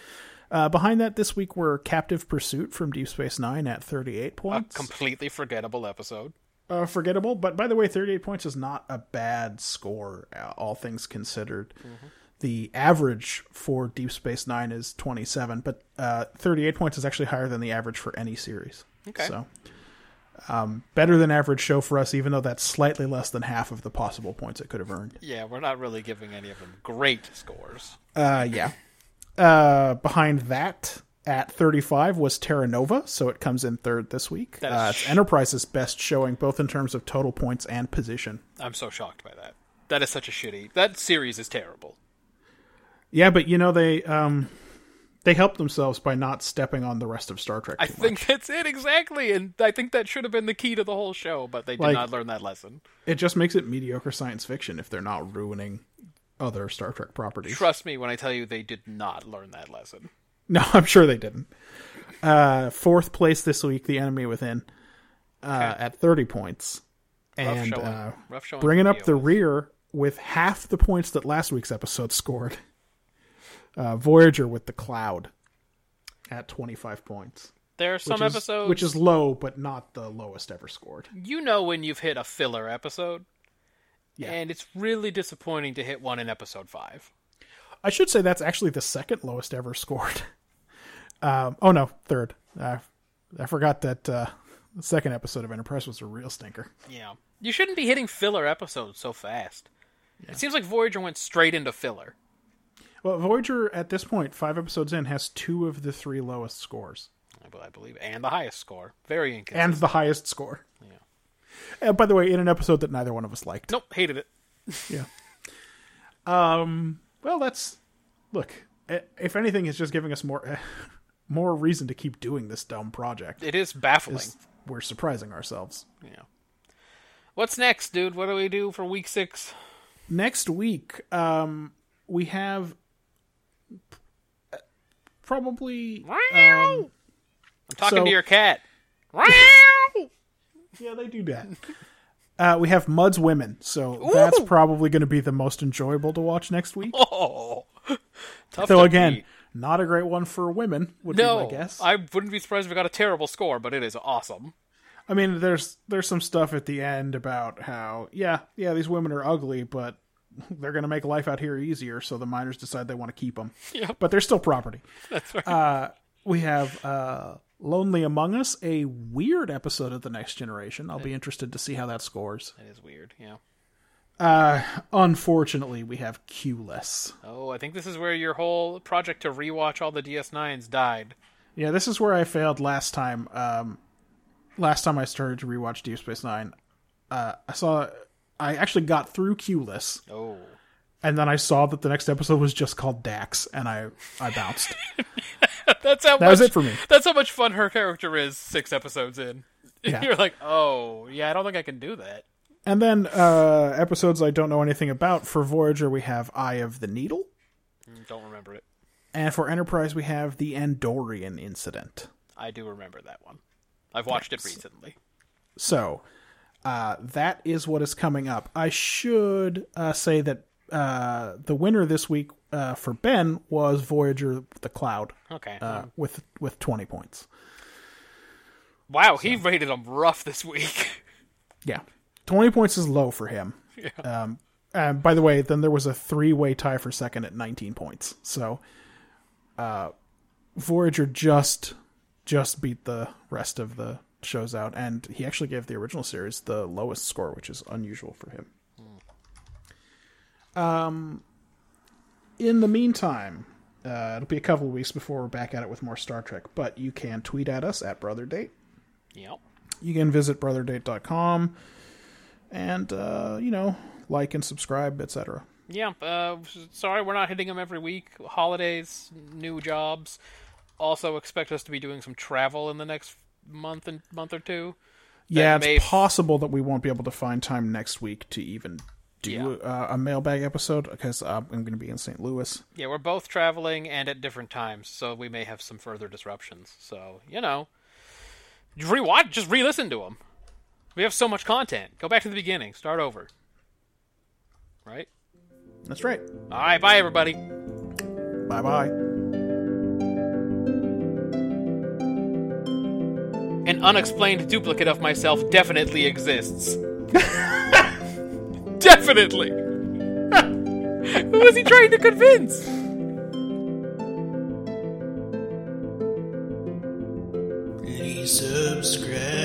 Uh, behind that this week were Captive Pursuit from Deep Space Nine at 38 points. Completely forgettable episode. uh, forgettable. But by the way, 38 points is not a bad score, uh, all things considered. The average for Deep Space Nine is 27, but uh, 38 points is actually higher than the average for any series. Okay. So, um, better than average show for us, even though that's slightly less than half of the possible points it could have earned. Yeah, we're not really giving any of them great scores. Uh, yeah. Uh, behind that at 35 was Terra Nova, so it comes in third this week. That is Uh, it's Enterprise's best showing, both in terms of total points and position. I'm so shocked by that. That is such a shitty. That series is terrible. Yeah, but you know they um they helped themselves by not stepping on the rest of Star Trek. I too much. think that's it exactly, and I think that should have been the key to the whole show, but they did Like- not learn that lesson. it just makes it mediocre science fiction if they're not ruining other Star Trek properties. Trust me when I tell you they did not learn that lesson. No, I'm sure they didn't. Uh, fourth place this week, The Enemy Within, uh, at 30 points, and showing. uh, Rough showing bringing for up the DOS. rear with half the points that last week's episode scored. Uh, Voyager with the Cloud at 25 points, There are some which is- episodes which is low, but not the lowest ever scored. you know when you've hit a filler episode. Yeah. And it's really disappointing to hit one in episode five. I should say that's actually the second lowest ever scored. Um, oh no, third. I I forgot that uh, the second episode of Enterprise was a real stinker. Yeah. You shouldn't be hitting filler episodes so fast. It seems like Voyager went straight into filler. Well, Voyager at this point, five episodes in, has two of the three lowest scores I be- I believe. And the highest score. Very inconsistent. and the highest score. Yeah. And by the way, in an episode that neither one of us liked. nope, hated it. Yeah. Um. Well, that's look. i- If anything, it's just giving us more. more reason to keep doing this dumb project. It is baffling. Is we're surprising ourselves. Yeah. What's next, dude? What do we do for week six? Next week, um, we have probably Um, I'm talking so- to your cat. yeah they do that. Uh, we have Mud's Women, so that's Ooh. probably going to be the most enjoyable to watch next week. oh, Tough to So again, beat. not a great one for women. Would be no, my guess. I wouldn't be surprised if it got a terrible score, but it is awesome. I mean, there's there's some stuff at the end about how yeah yeah these women are ugly, but they're gonna make life out here easier, so the miners decide they want to keep them. But they're still property. That's right. Uh, we have uh, Lonely Among Us, a weird episode of the Next Generation. I'll be interested to see how that scores. It is weird. Yeah. Unfortunately, we have Q-less. Oh, I think this is where your whole project to rewatch all the DS9s died. Yeah, this is where I failed last time. Um, last time I started to rewatch Deep Space Nine, uh, I saw I actually got through Q-less. Oh. and then I saw that the next episode was just called Dax, and I I bounced. That's how That much, was it for me. That's how much fun her character is six episodes in. Yeah. You're like, oh, yeah, I don't think I can do that. and then uh, episodes I don't know anything about for Voyager, we have Eye of the Needle, Mm, Don't remember it. and for Enterprise, we have the Andorian Incident. I do remember that one. I've watched it recently. So uh, that is what is coming up. I should uh, say that uh, the winner this week uh, for Ben was Voyager: The Cloud Okay. uh, with with twenty points. wow, he rated them rough this week. Yeah, twenty points is low for him. Yeah. Um, and by the way, then there was a three-way tie for second at nineteen points. So, uh, Voyager just just beat the rest of the shows out, and he actually gave the original series the lowest score, which is unusual for him. Um, in the meantime. Uh, it'll be a couple of weeks before we're back at it with more Star Trek, but you can tweet at us at Brother Date yep. you can visit brotherdate.com and uh, you know like and subscribe etc Yeah. Uh, sorry, we're not hitting them every week. Holidays, new jobs. Also, expect us to be doing some travel in the next month and month or two. yeah may- it's possible that we won't be able to find time next week to even do Yeah. uh, a mailbag episode because uh, i'm going to be in st louis Yeah, we're both traveling and at different times, so we may have some further disruptions. So you know, rewatch, just re-listen to them. We have so much content. Go back to the beginning. Start over. Right. that's right All right. Bye, everybody. bye bye An unexplained duplicate of myself definitely exists. definitely. Who was he trying to convince? Please subscribe.